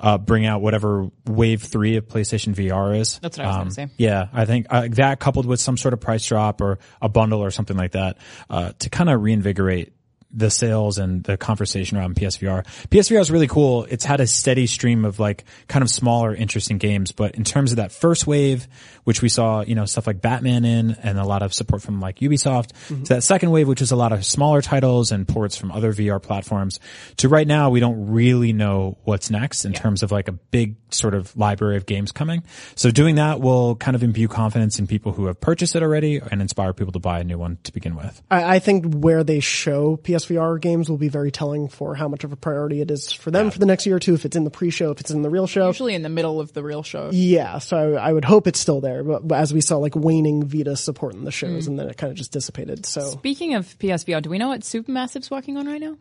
uh, bring out whatever Wave Three of PlayStation VR is. Um, That's what I was gonna say. Yeah, I think uh, that coupled with some sort of price drop or a bundle or something like that uh, to kind of reinvigorate the sales and the conversation around PSVR. PSVR is really cool. It's had a steady stream of like kind of smaller, interesting games. But in terms of that first wave, which we saw, you know, stuff like Batman in and a lot of support from like Ubisoft to that second wave, which is a lot of smaller titles and ports from other VR platforms to right now, we don't really know what's next in terms of like a big sort of library of games coming. So doing that will kind of imbue confidence in people who have purchased it already and inspire people to buy a new one to begin with. I, I think where they show PSVR games will be very telling for how much of a priority it is for them for the next year or two. If it's in the pre-show, if it's in the real show, Usually in the middle of the real show. yeah. So I would hope it's still there, but, but as we saw, like waning Vita support in the shows, Mm. and then it kind of just dissipated. So Speaking of PSVR, do we know what Supermassive's working on right now?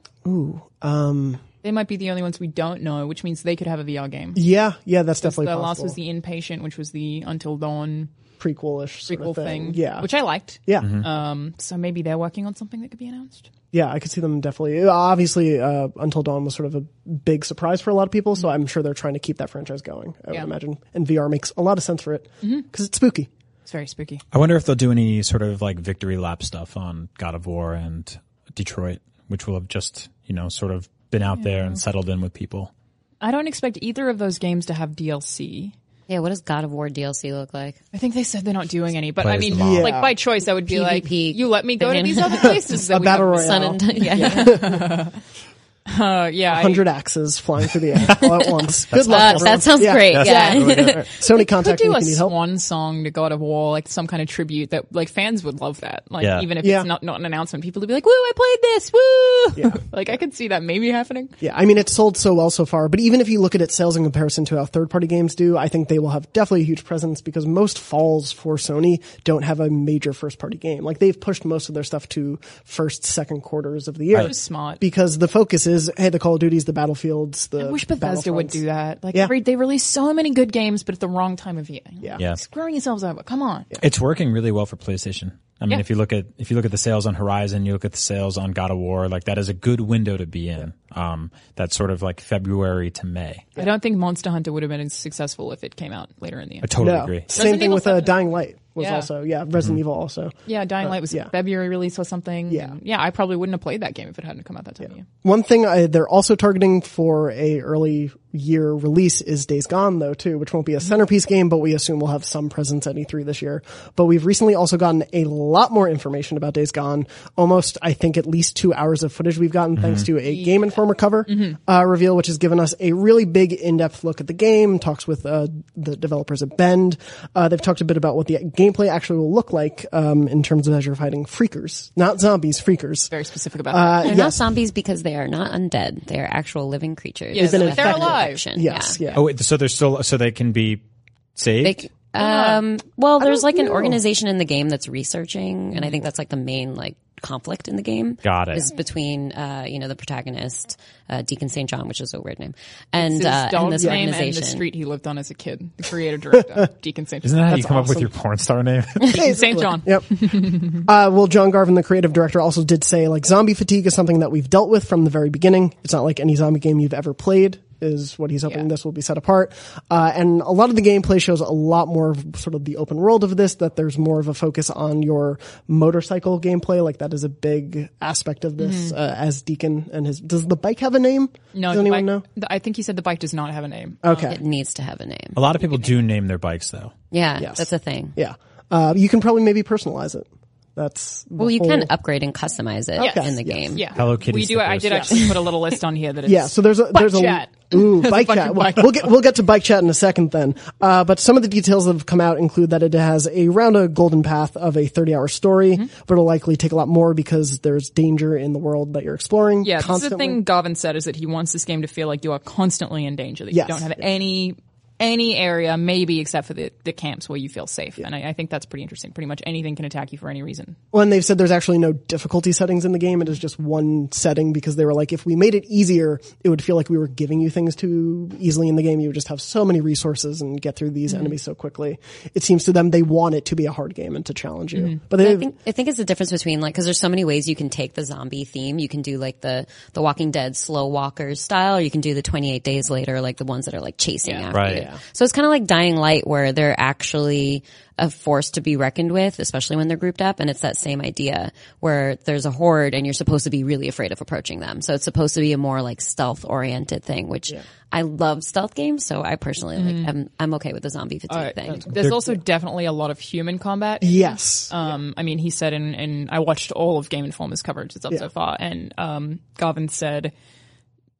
um, They might be the only ones we don't know, which means they could have a VR game. yeah, yeah, that's The definitely last possible. was uh, the inpatient, which was the Until Dawn prequelish sort prequel of thing, Yeah, which I liked. yeah. Um, so maybe they're working on something that could be announced. yeah, I could see them definitely. Obviously, uh, Until Dawn was sort of a big surprise for a lot of people, so I'm sure they're trying to keep that franchise going. I Yeah. Mm-hmm. would imagine, and VR makes a lot of sense for it because it's spooky. It's very spooky. I wonder if they'll do any sort of like victory lap stuff on God of War and Detroit, which will have just, you know, sort of been out there and settled in with people. I don't expect either of those games to have DLC. yeah, what does God of War DLC look like? I think they said they're not doing any, but Play I as the mean, mob. like by choice, I would be like, PvP you let me go to thing. these other places. That we battle don't- royale. Sun and yeah. Uh, yeah, I, Hundred axes flying through the air all at once. Good luck. Uh, everyone. that sounds Yeah. great. yeah. Sony could contact me do a if you need help. swan song to God of War, like some kind of tribute that like fans would love that. Like Yeah. even if Yeah. it's not not an announcement, people would be like, "Woo, I played this! Woo!" like I could see that maybe happening. Yeah, I mean it's sold so well so far, but even if you look at its sales in comparison to how third-party games do, I think they will have definitely a huge presence because most falls for Sony don't have a major first-party game. Like they've pushed most of their stuff to first, second quarters of the year. Smart. because the focus is hey, the Call of Duties, the Battlefields, the I wish Bethesda would Battlefronts. do that. Like Yeah. every, they release so many good games, but at the wrong time of year. Yeah, Yeah. screwing yourselves over. Come on. It's working really well for PlayStation. I mean, Yeah. if you look at if you look at the sales on Horizon, you look at the sales on God of War, like that is a good window to be in. Um, that's sort of like February to May. I don't think Monster Hunter would have been as successful if it came out later in the year. I totally No. agree. Mm-hmm. Same Resident thing Evil with uh, seven. Dying Light was Yeah. also yeah Resident Evil also. Yeah, Dying Light was Uh, yeah. a February release or something. Yeah. And yeah, I probably wouldn't have played that game if it hadn't come out that time. of year. One thing I, they're also targeting for a early year release is Days Gone though too, which won't be a centerpiece game, but we assume we'll have some presence at E3 this year. But we've recently also gotten a lot more information about Days Gone. Almost, I think, at least two hours of footage we've gotten thanks to a Game Informer cover uh, reveal, which has given us a really big in-depth look at the game. Talks with uh, the developers at Bend. Uh, they've talked a bit about what the gameplay actually will look like um, in terms of as you're fighting freakers, not zombies, freakers. Very specific Uh, about that. They're not zombies because they are not undead. They are actual living creatures. Yes, with they're alive. resurrection. Yes, yeah. Oh, wait, so they're still so they can be saved. They c- Oh, um, well, there's like an know. organization in the game that's researching, and I think that's like the main like conflict in the game. Got it. Is between uh, you know the protagonist uh, Deacon St. John, which is a weird name, and His uh, and dog's this name and organization. the street he lived on as a kid. The creator director Deacon St. Isn't that how you That's come up with awesome. your porn star name? Deacon St. John? Yep. uh, well, John Garvin, the creative director, also did say like zombie fatigue is something that we've dealt with from the very beginning. It's not like any zombie game you've ever played. Is what he's hoping Yeah. this will be set apart, uh, and a lot of the gameplay shows a lot more of sort of the open world of this. That there's more of a focus on your motorcycle gameplay, like that is a big aspect of this. Uh, as Deacon and his, does the bike have a name? Mm-hmm. No, does the anyone bike- know? the- I think he said the bike does not have a name. Okay, it needs to have a name. a lot of people do name their bikes though. Yeah, that's a thing. yeah, uh, you can probably maybe personalize it. That's the Well, you whole- can upgrade and customize it Yes. in the Yes. game. Yeah, Hello Kitty We do. I stickers. did actually put a little list on here that is Yeah, so there's a bike there's a chat. ooh bike bunch chat. of We'll, bike- we'll get we'll get to bike chat in a second then. Uh, but some of the details that have come out include that it has a round a golden path of a 30 hour story, Mm-hmm. but it'll likely take a lot more because there's danger in the world that you're exploring. Yeah, this is the constantly. thing Garvin said is that he wants this game to feel like you are constantly in danger, that Yes. you don't have any any area, maybe except for the, the camps where you feel safe. And I, I think that's pretty interesting. Pretty much anything can attack you for any reason. Well, and they've said there's actually no difficulty settings in the game. It is just one setting because they were like, if we made it easier, it would feel like we were giving you things too easily in the game. You would just have so many resources and get through Mm-hmm. these enemies so quickly. It seems to them they want it to be a hard game and to challenge you. Mm-hmm. But they, I think I think it's the difference between like because there's so many ways you can take the zombie theme. You can do like the the Walking Dead slow walkers style. Or you can do the 28 Days Later, like the ones that are like chasing after Right. you. Yeah. So it's kind of like Dying Light, where they're actually a force to be reckoned with, especially when they're grouped up. And it's that same idea where there's a horde and you're supposed to be really afraid of approaching them. So it's supposed to be a more like stealth oriented thing, which I love stealth games. So I personally like I'm I'm okay with the zombie fatigue thing. There's also definitely a lot of human combat. yes. Um, I mean, he said, and in, in, I watched all of Game Informer's coverage that's up so far, and um, Garvin said,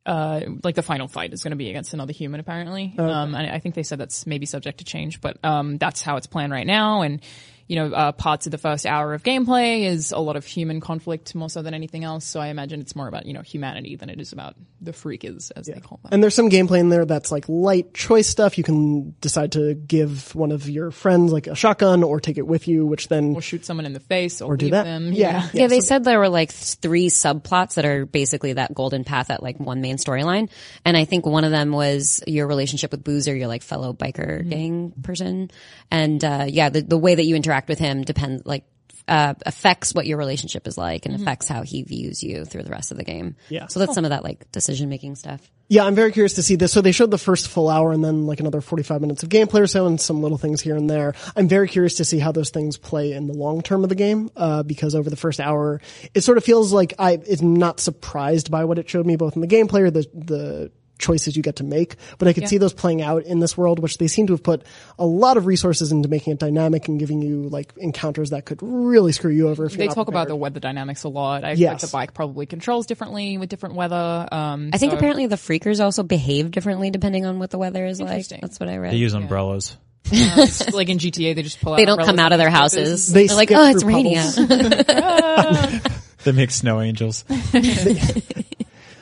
uh, like the final fight is going to be against another human, apparently. Oh, Um, and I think they said that's maybe subject to change, but um, that's how it's planned right now. And you know, uh, parts of the first hour of gameplay is a lot of human conflict more so than anything else. So I imagine it's more about you know humanity than it is about the freakers as they call them. And there's some gameplay in there that's like light choice stuff. You can decide to give one of your friends like a shotgun or take it with you, which then or shoot someone in the face, or, do leave that. them. Yeah. Yeah, they said there were like th- three subplots that are basically that golden path at like one main storyline. And I think one of them was your relationship with Boozer, your like fellow biker gang person. And, uh, yeah, the, the way that you interact with him depends, like, uh, affects what your relationship is like and affects how he views you through the rest of the game. Yeah. So that's some of that like decision making stuff. yeah, I'm very curious to see this. So they showed the first full hour and then like another 45 minutes of gameplay or so and some little things here and there. I'm very curious to see how those things play in the long term of the game, uh, because over the first hour, it sort of feels like I, it's not surprised by what it showed me both in the gameplay or the, the, choices you get to make, but I could see those playing out in this world, which they seem to have put a lot of resources into making it dynamic and giving you like encounters that could really screw you over if you're They not talk prepared. about the weather dynamics a lot. I Yes. expect the bike probably controls differently with different weather. Um, I think so- apparently the freakers also behave differently depending on what the weather is like. Interesting. That's what I read. They use umbrellas. It's like in GTA, they just pull out. they don't come umbrellas out of and their pieces. houses. They They are like, skip oh, it's through raining puddles." out. They make snow angels.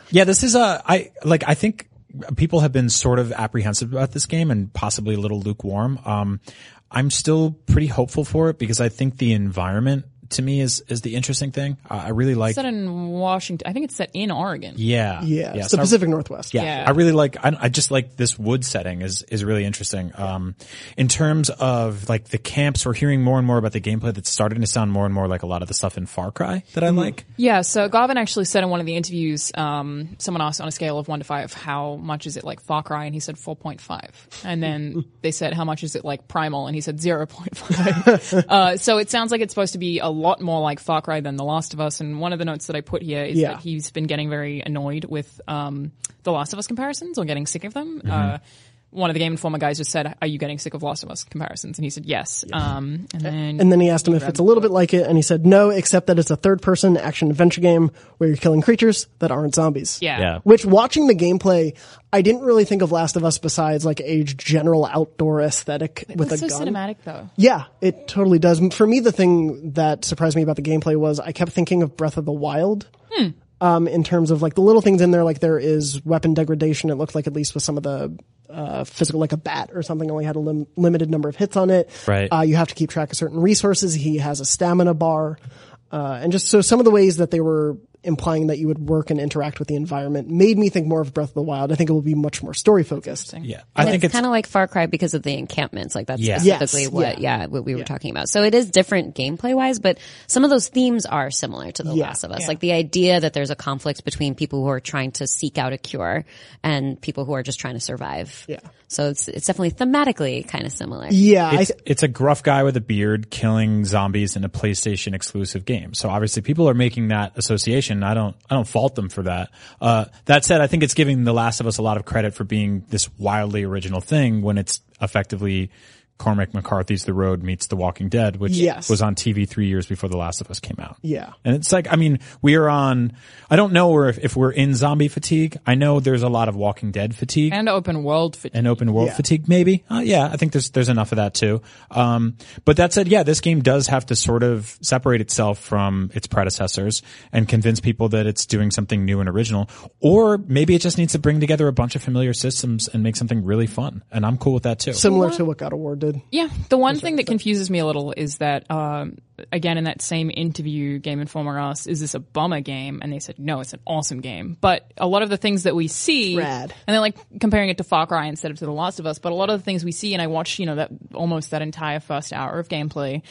yeah, this is a I like I think people have been sort of apprehensive about this game and possibly a little lukewarm. Um I'm still pretty hopeful for it because I think the environment to me is is the interesting thing. I I really like. It's set in Washington. I think it's set in Oregon. yeah, Yeah, it's so the I- Pacific Northwest. yeah, Yeah. I really like. I, I just like this wood setting is is really interesting. Um, in terms of like the camps, we're hearing more and more about the gameplay that's starting to sound more and more like a lot of the stuff in Far Cry that I Mm-hmm. like. Yeah, so Gavin actually said in one of the interviews, um, someone asked on a scale of one to five, how much is it like Far Cry? And he said 4.5. And then they said, how much is it like Primal? And he said 0.5. uh, so it sounds like it's supposed to be a lot more like Far Cry than The Last of Us. And one of the notes that I put here is Yeah. that he's been getting very annoyed with, um, The Last of Us comparisons or getting sick of them. Mm-hmm. Uh, one of the Game Informer guys just said, "Are you getting sick of Last of Us comparisons?" And he said, "Yes." Um, and then, And then he asked him if it's a little bit like it, and he said no, except that it's a third-person action-adventure game where you're killing creatures that aren't zombies. Yeah. Which watching the gameplay, I didn't really think of Last of Us besides like a general outdoor aesthetic with It's a so gun. cinematic though. Yeah, it totally does. For me, the thing that surprised me about the gameplay was I kept thinking of Breath of the Wild. Um, in terms of like the little things in there, like there is weapon degradation. It looked like at least with some of the uh, physical, like a bat or something, only had a lim- limited number of hits on it. Right. Uh, you have to keep track of certain resources. He has a stamina bar, uh, and just so some of the ways that they were implying that you would work and interact with the environment made me think more of Breath of the Wild. I think it will be much more story focused. Yeah, And I think it's it's kind of like Far Cry because of the encampments. Like that's Yeah. specifically Yes, what, yeah. what we were talking about. So it is different gameplay wise, but some of those themes are similar to The Yeah. Last of Us. Like the idea that there's a conflict between people who are trying to seek out a cure and people who are just trying to survive. Yeah. So it's, it's definitely thematically kind of similar. Yeah, I it's, it's a gruff guy with a beard killing zombies in a PlayStation exclusive game. So obviously people are making that association. I don't, I don't fault them for that. Uh, that said, I think it's giving The Last of Us a lot of credit for being this wildly original thing when it's effectively Cormac McCarthy's The Road meets The Walking Dead, which Yes. was on TV three years before The Last of Us came out. Yeah. And it's like, I mean, we are on, I don't know if, if we're in zombie fatigue. I know there's a lot of Walking Dead fatigue And open world fatigue. and open world fatigue, maybe. Uh, yeah, I think there's there's enough of that too. Um, but that said, yeah, this game does have to sort of separate itself from its predecessors and convince people that it's doing something new and original, or maybe it just needs to bring together a bunch of familiar systems and make something really fun. And I'm cool with that too. similar to what God of War did. Yeah, the one thing that confuses me a little is that, um, again, in that same interview, Game Informer asked, "Is this a bummer game?" And they said, "No, it's an awesome game." But a lot of the things that we see, Rad. and they're like comparing it to Far Cry instead of to The Last of Us. But a lot of the things we see, and I watched, you know, that almost that entire first hour of gameplay.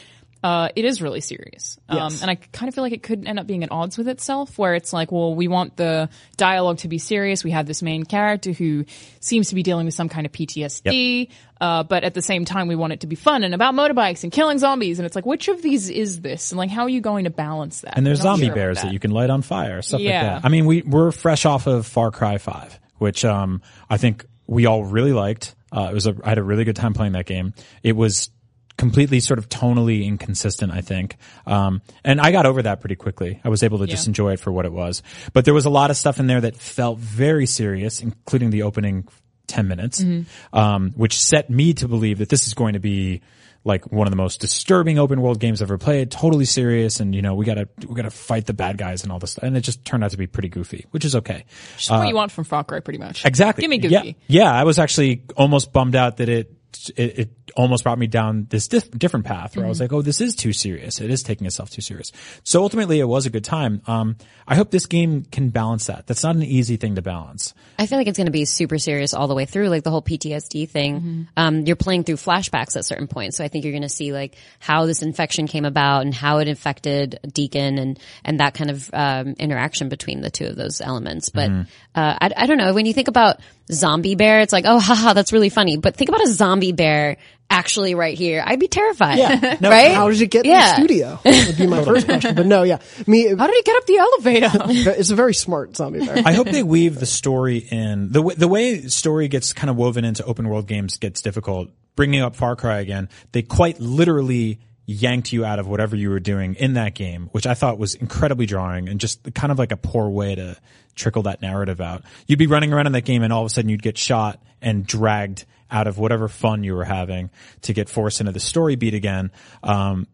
Uh, it is really serious, um, and I kind of feel like it could end up being at odds with itself, where it's like, well, we want the dialogue to be serious. We have this main character who seems to be dealing with some kind of PTSD, uh, but at the same time, we want it to be fun and about motorbikes and killing zombies. And it's like, which of these is this? And like, how are you going to balance that? and there's I'm not zombie sure about bears that. you can light on fire, stuff Yeah. like that. I mean, we we're fresh off of Far Cry Five, which um I think we all really liked. Uh, it was a, I had a really good time playing that game. It was completely sort of tonally inconsistent, I think. Um, and I got over that pretty quickly. I was able to just enjoy it for what it was. But there was a lot of stuff in there that felt very serious, including the opening 10 minutes, Mm-hmm. um, which set me to believe that this is going to be like one of the most disturbing open world games I've ever played, totally serious. And, you know, we gotta, we gotta fight the bad guys and all this stuff. And it just turned out to be pretty goofy, which is okay. Just what you want from Far Cry, pretty much. uh, Exactly. Give me goofy. Yeah, yeah, I was actually almost bummed out that it it, it almost brought me down this dif- different path where I was like, oh, this is too serious. It is taking itself too serious. So ultimately, it was a good time. Um, I hope this game can balance that. That's not an easy thing to balance. I feel like it's going to be super serious all the way through, like the whole PTSD thing. Um, you're playing through flashbacks at certain points, so I think you're going to see like how this infection came about and how it affected Deacon and and that kind of um, interaction between the two of those elements. But uh, I, I don't know. When you think about zombie bear, it's like, oh, haha, that's really funny. But think about a zombie bear actually right here. I'd be terrified. Yeah. right? How did you get Yeah. in the studio? Would be my first question. But no, yeah, me. How did he get up the elevator? It's a very smart zombie bear. I hope they weave the story in the w- the way story gets kind of woven into open world games gets difficult. Bringing up Far Cry again, they quite literally yanked you out of whatever you were doing in that game, which I thought was incredibly drawing and just kind of like a poor way to trickle that narrative out. You'd be running around in that game and all of a sudden you'd get shot and dragged out of whatever fun you were having to get forced into the story beat again. Um,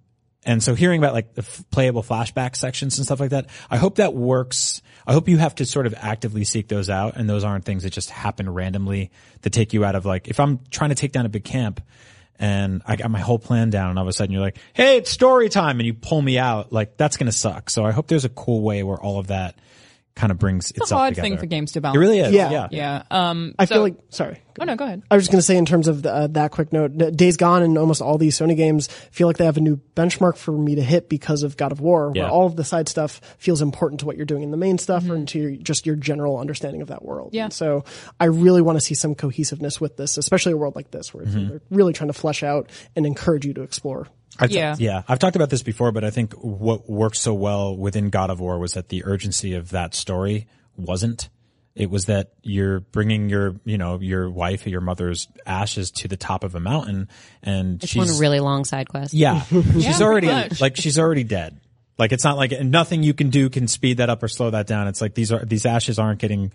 and so hearing about like the f- playable flashback sections and stuff like that, I hope that works. I hope you have to sort of actively seek those out and those aren't things that just happen randomly that take you out of like, if I'm trying to take down a big camp and I got my whole plan down, and all of a sudden you're like, "Hey, it's story time," and you pull me out. Like that's gonna suck. So I hope there's a cool way where all of that kind of brings It's a itself hard together. thing for games to It balance. really is. Yeah. Yeah. Yeah. Um, I so- feel like sorry. Oh no, go ahead. I was just going to say, in terms of uh, that quick note, th- Days Gone and almost all these Sony games feel like they have a new benchmark for me to hit because of God of War, Yeah. where all of the side stuff feels important to what you're doing in the main stuff or into your, just your general understanding of that world. Mm-hmm. Yeah. And so I really want to see some cohesiveness with this, especially a world like this where Mm-hmm. they're really trying to flesh out and encourage you to explore. I've ta- Yeah. yeah. I've talked about this before, but I think what worked so well within God of War was that the urgency of that story wasn't. It was that you're bringing your, you know, your wife or your mother's ashes to the top of a mountain and It's she's one really long side quest. yeah, she's pretty already much. like she's already dead. Like it's not like nothing you can do can speed that up or slow that down. It's like these are these ashes aren't getting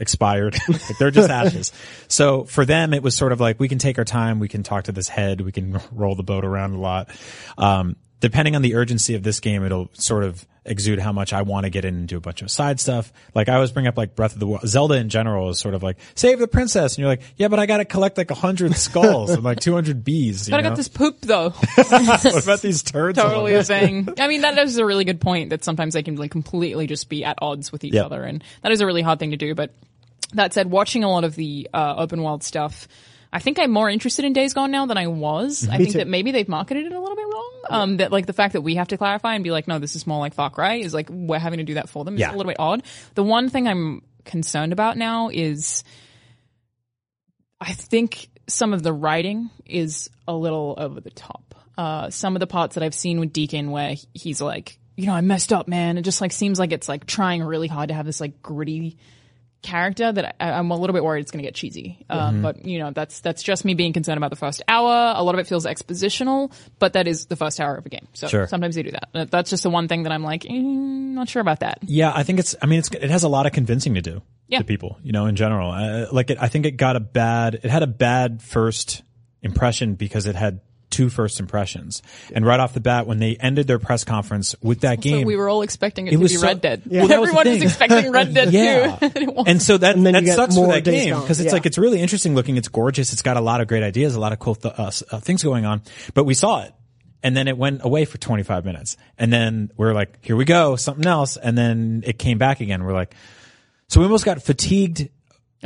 expired. like they're just ashes. So for them, it was sort of like we can take our time, we can talk to this head, we can roll the boat around a lot. Um, depending on the urgency of this game, it'll sort of exude how much I want to get in and do a bunch of side stuff. Like I always bring up like Breath of the Wild, Zelda in general is sort of like save the princess, and you're like, yeah, but I got to collect like hundred skulls and like two hundred bees. you But I know? got this poop though. what about these turds? totally on a it? thing. I mean, that is a really good point that sometimes they can like completely just be at odds with each Yeah. other, and that is a really hard thing to do. But that said, watching a lot of the uh, open world stuff. I think I'm more interested in Days Gone now than I was. Mm-hmm. I think too. that maybe they've marketed it a little bit wrong. Um, that like the fact that we have to clarify and be like, no, this is more like Far Cry is like we're having to do that for them. Yeah. It's a little bit odd. The one thing I'm concerned about now is I think some of the writing is a little over the top. Uh, some of the parts that I've seen with Deacon where he's like, you know, I messed up, man. It just like seems like it's like trying really hard to have this like gritty character that I, I'm a little bit worried it's going to get cheesy. Mm-hmm. Um, But you know, that's that's just me being concerned about the first hour. A lot of it feels expositional, but that is the first hour of a game. So Sure. sometimes they do that. That- That's just the one thing that I'm like, mm, not sure about that. Yeah, I think it's. I mean, it's. It has a lot of convincing to do Yeah. to people, you know, in general. Uh, like, it, I think it got a bad. It had a bad first impression because it had two first impressions, and right off the bat, when they ended their press conference with that So game, we were all expecting it, to was be so- Red Dead. Well, that was the Everyone was thing. expecting Red Dead Yeah. too. It wasn't. and so that And then that you get sucks for more that Days game Gone, because it's yeah. like it's really interesting looking. It's gorgeous. It's got a lot of great ideas, a lot of cool th- uh, s- uh, things going on. But we saw it, and then it went away for 25 minutes, and then we're like, here we go, something else, and then it came back again. We're like, so we almost got fatigued.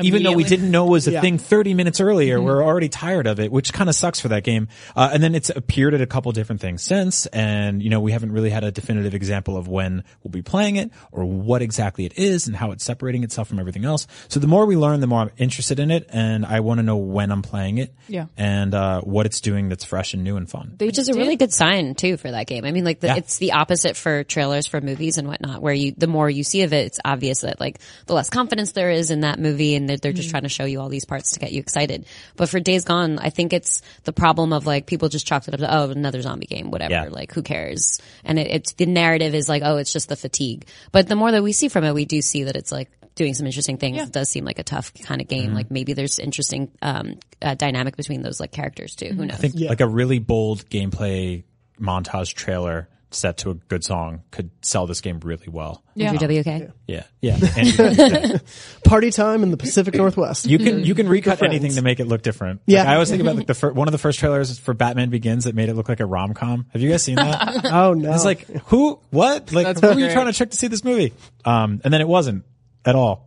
Even though we Immediately. didn't know it was a Yeah. thing 30 minutes earlier, we're already tired of it, which kind of sucks for that game. Uh, and then it's appeared at a couple different things since. And, you know, we haven't really had a definitive example of when we'll be playing it or what exactly it is and how it's separating itself from everything else. So the more we learn, the more I'm interested in it. And I want to know when I'm playing it Yeah. and, uh, what it's doing that's fresh and new and fun. Which is a really good sign too for that game. I mean, like the, it's the opposite for trailers for movies and whatnot, where you the more you see of it, it's obvious that like the less confidence there is in that movie, and that they're just trying to show you all these parts to get you excited. But for Days Gone, I think it's the problem of like people just chalked it up to oh another zombie game, whatever. Yeah. Like who cares? And it, it's the narrative is like oh it's just the fatigue. But the more that we see from it, we do see that it's like doing some interesting things. It does seem like a tough kind of game. Mm-hmm. Like maybe there's interesting um, uh, dynamic between those like characters too. Who knows? I think like a really bold gameplay montage trailer set to a good song could sell this game really well. Yeah. Andrew WK. Yeah. Yeah. And- Party time in the Pacific Northwest. You Mm-hmm. can you can recut anything friends. to make it look different. Yeah. Like, I always think about like the fir- one of the first trailers for Batman Begins that made it look like a rom com. Have you guys seen that? oh no! It's like who what like That's who are you great. trying to trick to see this movie? Um, and then it wasn't at all.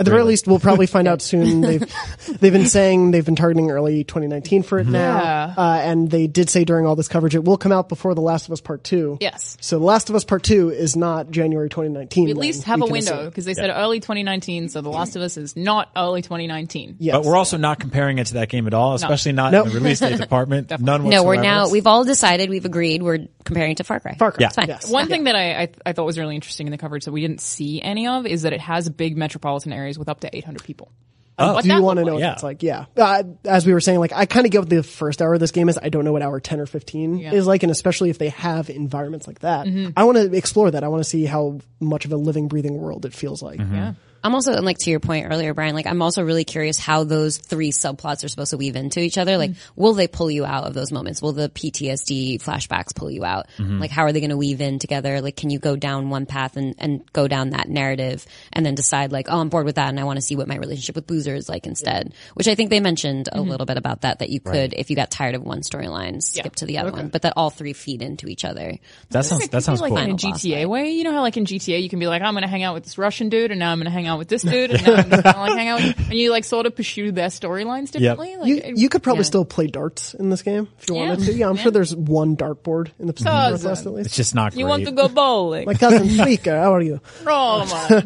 At the very least, we'll probably find out soon. They've they've been saying they've been targeting early 2019 for it now, Yeah. uh, and they did say during all this coverage it will come out before The Last of Us Part Two. Yes. So The Last of Us Part Two is not January 2019. at then. least have We a can window assume. because they said early 2019 so the last of us is not early 2019 Yes. But we're also not comparing it to that game at all, especially not Nope. in the release date department. None No, whatsoever. we're now we've all decided we've agreed we're comparing it to Far Cry. Far Cry. it's fine. Yes. one thing that I, I i thought was really interesting in the coverage that we didn't see any of is that it has big metropolitan areas with up to 800 people oh Do you want to know what Yeah. it's like? Yeah. Uh, as we were saying, like I kind of get what the first hour of this game is. I don't know what hour 10 or 15 is like, and especially if they have Mm-hmm. environments like that. I want to explore that. I want to see how much of a living, breathing world it feels like. Yeah. I'm also, and like to your point earlier, Brian, like I'm also really curious how those three subplots are supposed to weave into each other. Like, will they pull you out of those moments? Will the PTSD flashbacks pull you out? Mm-hmm. Like, how are they going to weave in together? Like, can you go down one path and, and go down that narrative and then decide like, oh, I'm bored with that and I want to see what my relationship with Boozer is like instead? Which I think they mentioned a little bit about that, that you could, if you got tired of one storyline, skip to the other one, but that all three feed into each other. That sounds that sounds like cool. in a Final boss GTA way. You know how like in GTA you can be like, I'm gonna hang out with this Russian dude, and now I'm gonna hang out with this dude, and now I'm gonna like hang out, with, and you like sort of pursue their storylines differently. Like, You, it- you could probably yeah. still play darts in this game if you Yeah. wanted to. Yeah, I'm sure there's one dartboard in the Pacific Cousin. Northwest at least. It's just not. You great. want to go bowling? My cousin Fika, how are you? Roma.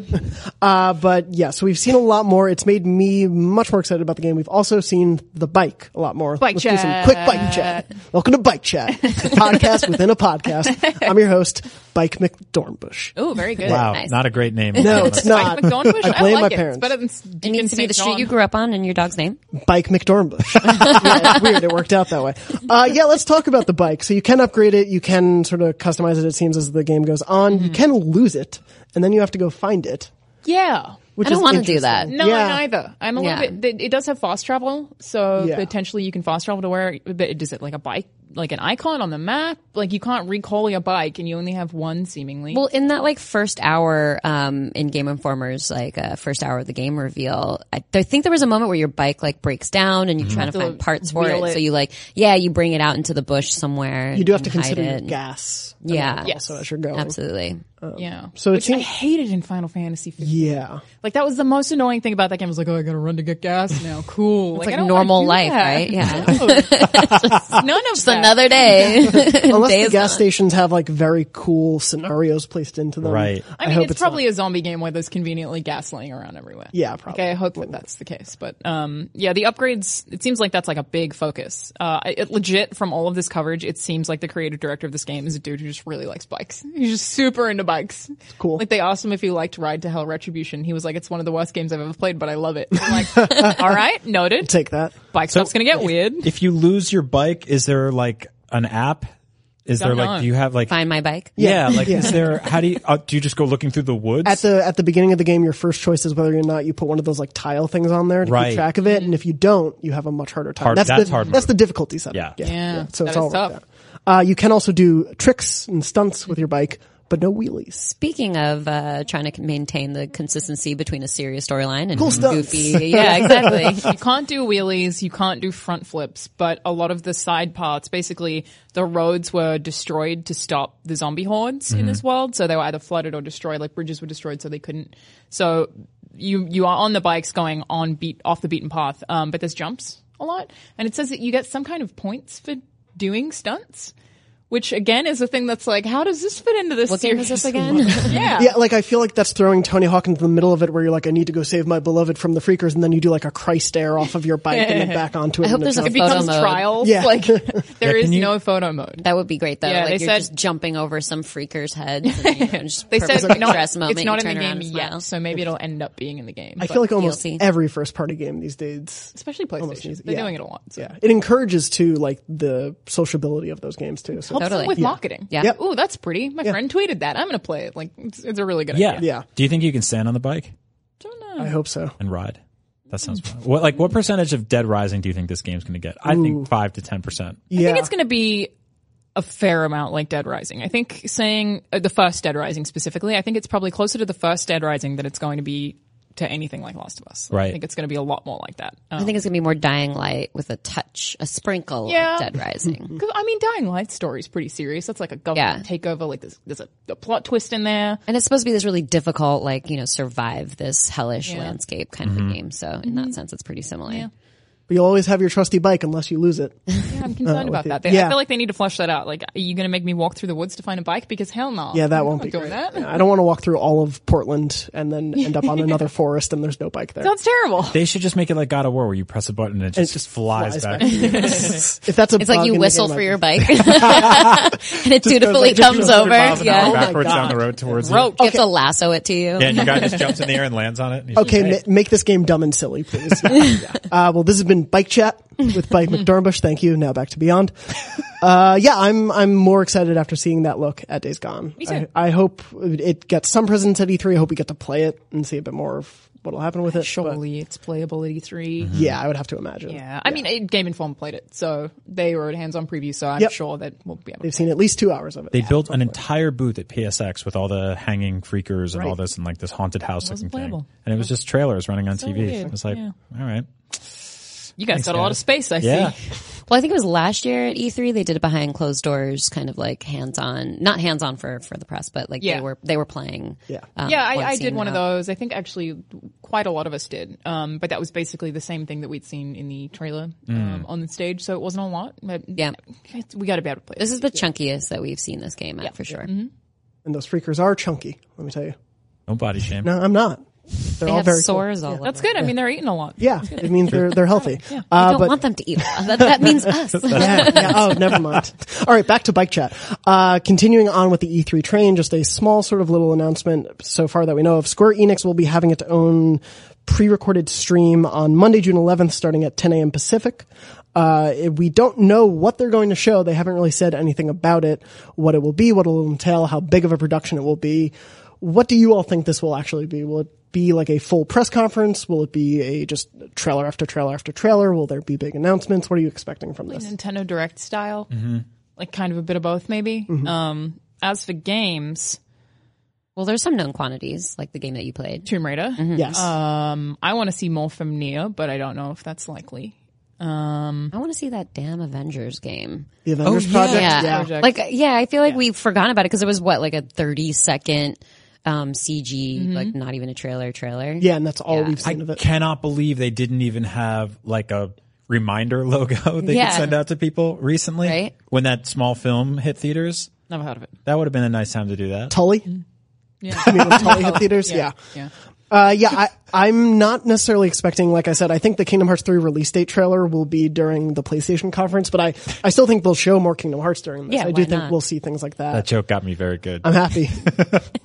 Uh, but yes, we've seen a lot more. It's made me much more excited about the game. We've also seen the bike a lot more. Bike Let's do some chat. quick bike chat. Welcome to Bike Chat, the podcast within a podcast. I'm your host, Bike McDornbush. Oh, very good. Wow, Nice. not a great name. No, it's Mike not. McDonald's? I I, blame like my it. parents. It's better than It needs to be the street you grew up on and your dog's name. Bike McDornbush. yeah, it's weird. It worked out that way. Uh, yeah, let's talk about the bike. So you can upgrade it. You can sort of customize it. It seems as the game goes on. Mm-hmm. You can lose it and then you have to go find it. Yeah. Which I don't is want to do interesting. that. No, Yeah. neither. I'm a Yeah. little bit. th- It does have fast travel, so Yeah. potentially you can fast travel to where. But it- is it like a bike, like an icon on the map? Like you can't recall your bike, and you only have one seemingly. Well, in that like first hour um, in Game Informer's like uh, first hour of the game reveal, I, I think there was a moment where your bike like breaks down and you're Mm-hmm. trying to find parts for it. wheel it. So you like, yeah, you bring it out into the bush somewhere. You do have to and hide consider your it. gas. Yeah, So as you're going. absolutely. yeah. So it Which I seems, hated in Final Fantasy. 15. yeah. Like that was the most annoying thing about that game. I was like, oh, I gotta run to get gas now. Cool. It's like, I don't wanna normal do life, that. right? Yeah. None of Just that. another day. Unless Days the gas stations have like very cool scenarios placed into them. Right. I I mean, hope it's, it's probably a zombie game where there's conveniently gas laying around everywhere. Yeah, probably. Okay, I hope that that's the case. But um, yeah, the upgrades. It seems like that's like a big focus. Uh, I- it legit from all of this coverage, it seems like the creative director of this game is a dude who just really likes bikes. He's just super into bikes. cool. Like they asked him if he liked Ride to Hell Retribution. He was like, "It's one of the worst games I've ever played, but I love it." I'm like, all right, noted. Take that. Bike stuff's gonna get weird. If you lose your bike, is there like an app? Is there Don't like know. do you have like Find my bike. yeah, like is there how do you uh, do you just go looking through the woods? At the at the beginning of the game, your first choice is whether or not you put one of those like tile things on there to Right. keep track of it, and if you don't, you have a much harder time. Hard- that's that's the, hard That's mode. the difficulty setup. Yeah. Yeah, So it's that is all right tough. there. Uh, you can also do tricks and stunts with your bike, but no wheelies. Speaking of uh, trying to maintain the consistency between a serious storyline and stunts. goofy, yeah, exactly. you can't do wheelies, you can't do front flips, but a lot of the side parts, basically the roads were destroyed to stop the zombie hordes Mm-hmm. in this world. So they were either flooded or destroyed, like bridges were destroyed so they couldn't. So you, you are on the bikes going on beat, off the beaten path. Um, but there's jumps a lot and it says that you get some kind of points for doing stunts. Which again is a thing that's like, how does this fit into this? What game is this series? again? Yeah, Yeah, like I feel like that's throwing Tony Hawk into the middle of it, where you're like, I need to go save my beloved from the freakers, and then you do like a Christ air off of your bike and then back onto it. I hope and it's there's not- a it becomes Photo mode. trials. Yeah. Like there is you- no photo mode. That would be great though. Yeah, like they you're said- just jumping over some freaker's head. And, you know, just They said perfect it's not, dress moment, it's not you in the turn around game and smile. yet, so maybe it'll end up being in the game. I but- feel like almost DLC. every first party game these days especially PlayStation, needs- they're yeah. doing it a lot. So. Yeah, it encourages too, like the sociability of those games too. So Helps them Totally. with Yeah. marketing. Yeah. Yep. Ooh, that's pretty. My friend tweeted that. I'm gonna play it. Like it's, it's a really good yeah. idea. Yeah. Do you think you can stand on the bike Don't I know. hope so. and ride? That sounds fun. What like what percentage of Dead Rising do you think this game's going to get? I think 5 to 10%. Yeah, I think it's gonna be a fair amount like Dead Rising. I think saying uh, the first Dead Rising specifically, I think it's probably closer to the first Dead Rising than it's going to be to anything like Last of Us. Like, Right. I think it's gonna be a lot more like that. Um, I think it's gonna be more dying light with a touch, a sprinkle Yeah. of Dead Rising. 'cause, I mean, Dying Light story is pretty serious. That's like a government Yeah. takeover. Like there's, there's a, a plot twist in there. and it's supposed to be this really difficult, like, you know, survive this hellish landscape kind of a game. So in Mm-hmm. that sense, it's pretty similar. but you'll always have your trusty bike unless you lose it. I'm concerned about that. They, Uh, Yeah. I feel like they need to flush that out. Like, are you going to make me walk through the woods to find a bike? Because hell no. Yeah, that I'm won't not be doing great. that. Yeah, I don't want to walk through all of Portland and then end up on another forest and there's no bike there. That's terrible. They should just make it like God of War where you press a button and it just, just flies flies, back. back. If that's a It's like bug in you the whistle game, for I- your bike and it dutifully like, comes over. Miles an hour Yeah. Oh my backwards down God. the road towards you. Rope. You have to lasso it to you. Yeah, and your guy just jumps in the air and lands on it. and he's Okay, just, ma- make this game dumb and silly, please. Yeah. Uh, well, this has been in Bike Chat with Bike McDermbush. Thank you. Now back to Beyond. Uh, yeah, I'm I'm more excited after seeing that look at Days Gone. Me too. I, I hope it gets some presence at E3. I hope we get to play it and see a bit more of what'll happen with it. but- Mm-hmm. Surely it's playability 3 yeah, I would have to imagine. Yeah, I mean, it- Game Informer played it, so they were at hands-on preview. So I'm Yep. sure that we'll be able. They've to seen at least two hours of it. They built an entire booth at PSX with all the hanging freakers and all this and like this haunted house looking wasn't thing. playable. And it was just trailers running on TV. weird. It was like, Yeah. all right. You guys got a guys. lot of space, I Yeah. see. Well, I think it was last year at E3 they did it behind closed doors, kind of like hands on, not hands on for for the press, but like Yeah. they were they were playing. Yeah, yeah, I, I did one of those. I think actually quite a lot of us did. Um, but that was basically the same thing that we'd seen in the trailer um, on the stage, so it wasn't a lot. But Yeah. it's- we got to be able to play. This is the chunkiest that we've seen this game at for sure. Mm-hmm. And those freakers are chunky. Let me tell you. No body shame. No, I'm not. They're They all have very. cool. sores all over. That's good. I mean, they're eating a lot. Yeah, it means they're they're healthy. I Uh, don't but want them to eat. us. That, that means us. yeah, yeah. Oh, never mind. All right, back to bike chat. Uh, continuing on with the E3 train, just a small sort of little announcement so far that we know of. Square Enix will be having its own pre-recorded stream on Monday, June 11th, starting at 10 a.m. Pacific. Uh, it- we don't know what they're going to show. They haven't really said anything about it, what it will be, what it will entail, how big of a production it will be. What do you all think this will actually be? Will it be like a full press conference? Will it be a just trailer after trailer after trailer? Will there be big announcements? What are you expecting from this? Nintendo Direct style, Mm-hmm. like kind of a bit of both, maybe. Um, as for games, well, there's some known quantities, like the game that you played. Tomb Raider. Yes. Um, I want to see more from Neo, but I don't know if that's likely. Um, I want to see that damn Avengers game. the Oh, Avengers yeah. Project. Yeah. Project. Like, yeah, I feel like we've forgotten about it because it was what, like a 30 second, um, CG, Mm-hmm. like not even a trailer trailer. Yeah, and that's all we've seen of I it. cannot believe they didn't even have like a reminder logo they Yeah. could send out to people recently. Right. When that small film hit theaters, Never heard of it. that would have been a nice time to do that. Tully? Yeah. I mean, when Tully hit theaters? Yeah. Mm. Yeah. Uh, yeah, I, I'm not necessarily expecting, like I said, I think the Kingdom Hearts 3 release date trailer will be during the PlayStation conference, but I, I still think they'll show more Kingdom Hearts during this. Yeah, I do why think not? we'll see things like that. That joke got me very good. I'm happy.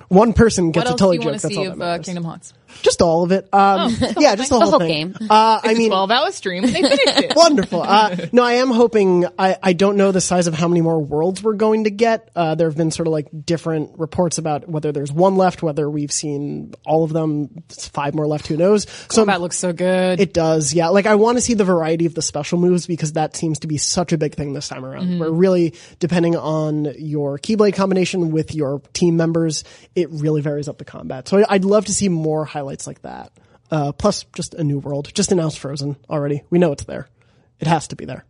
One person What gets a else do Tully you joke. want to That's see all that of uh, matters. Kingdom Hearts? Just all of it. Um, yeah, just the whole, whole thing. game. Uh, I mean, Twelve-hour stream. They finished it. Wonderful. Uh, no, I am hoping. I, I don't know the size of how many more worlds we're going to get. Uh, there have been sort of like different reports about whether there's one left, whether we've seen all of them, it's five more left. Who knows? So That looks so good. it does, yeah. Like I want to see the variety of the special moves because that seems to be such a big thing this time around. Mm-hmm. Where really, depending on your keyblade combination with your team members, it really varies up the combat. So I- I'd love to see more highlights like that. Uh, plus, just a new world, just announced Frozen already. We know it's there. It has to be there.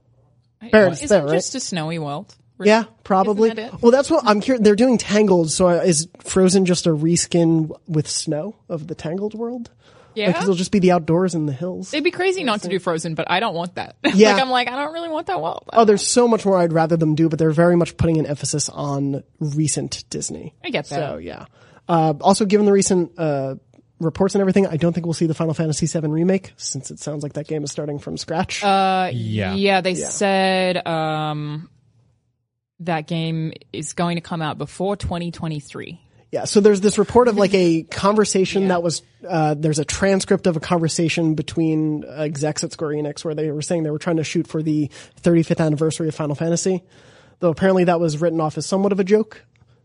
Barrett's Isn't there, it right? just a snowy world? Yeah, probably. Isn't that it? well, that's what I'm curious. They're doing Tangled, so uh, is Frozen just a reskin with snow of the Tangled world? Yeah. Like, 'cause it'll just be the outdoors and the hills. It'd be crazy not to do Frozen, but I don't want that. Yeah. like I'm like I don't really want that world. Oh, there's so much more I'd rather them do, but they're very much putting an emphasis on recent Disney. I get that. So yeah. Uh, also, given the recent uh, reports and everything, I don't think we'll see the Final Fantasy VII remake since it sounds like that game is starting from scratch. Uh, yeah. Yeah, they said um, that game is going to come out before 2023. yeah. So there's this report of like a conversation that was uh, there's a transcript of a conversation between execs at Square Enix where they were saying they were trying to shoot for the 35th anniversary of Final Fantasy, though apparently that was written off as somewhat of a joke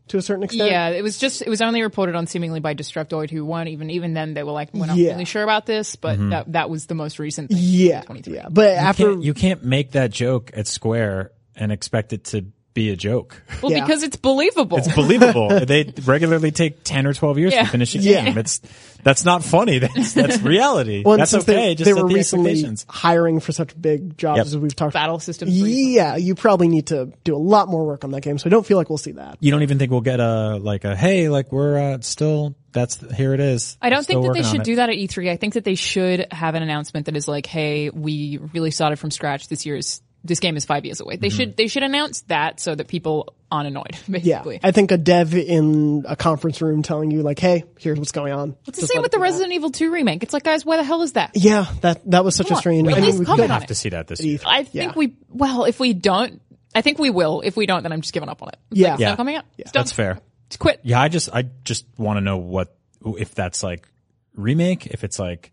to a certain extent. Yeah, it was just it was only reported on seemingly by Destructoid, who won. Even even then, they were like, we're not Yeah. really sure about this, but Mm-hmm. that that was the most recent. Thing. Yeah. Yeah. But after Can't- you can't make that joke at Square and expect it to be a joke. Well, Yeah. because it's believable. It's believable. they regularly take 10 or 12 years Yeah. to finish a Yeah. game. It's that's not funny. That's that's reality. Well, and that's since okay. They, Just they set were the recently expectations. hiring for such big jobs Yep. as we've talked. Battle System 3. Yeah, you probably need to do a lot more work on that game. So I don't feel like we'll see that. You don't even think we'll get a like a hey, like we're uh, still that's here it is. I We're don't still think that they working on should it. do that at E3. I think that they should have an announcement that is like, "Hey, we really started from scratch. This year's this game is five years away." Mm-hmm. They should they should announce that so that people aren't annoyed. Yeah, Basically, I think a dev in a conference room telling you like, "Hey, here's what's going on." it's the same with the Resident Evil 2 remake. It's like, guys, where the hell is that? Yeah, that that was such a on, strange. we I at mean, least we comment could on have it. to see that this year. Ethan. I think we well, if we don't, I think we will. If we don't, then I'm just giving up on it. It's Yeah. like, it's Yeah. not coming out. It's done. That's fair. It's quit. Yeah, I just I just want to know what if that's like remake, if it's like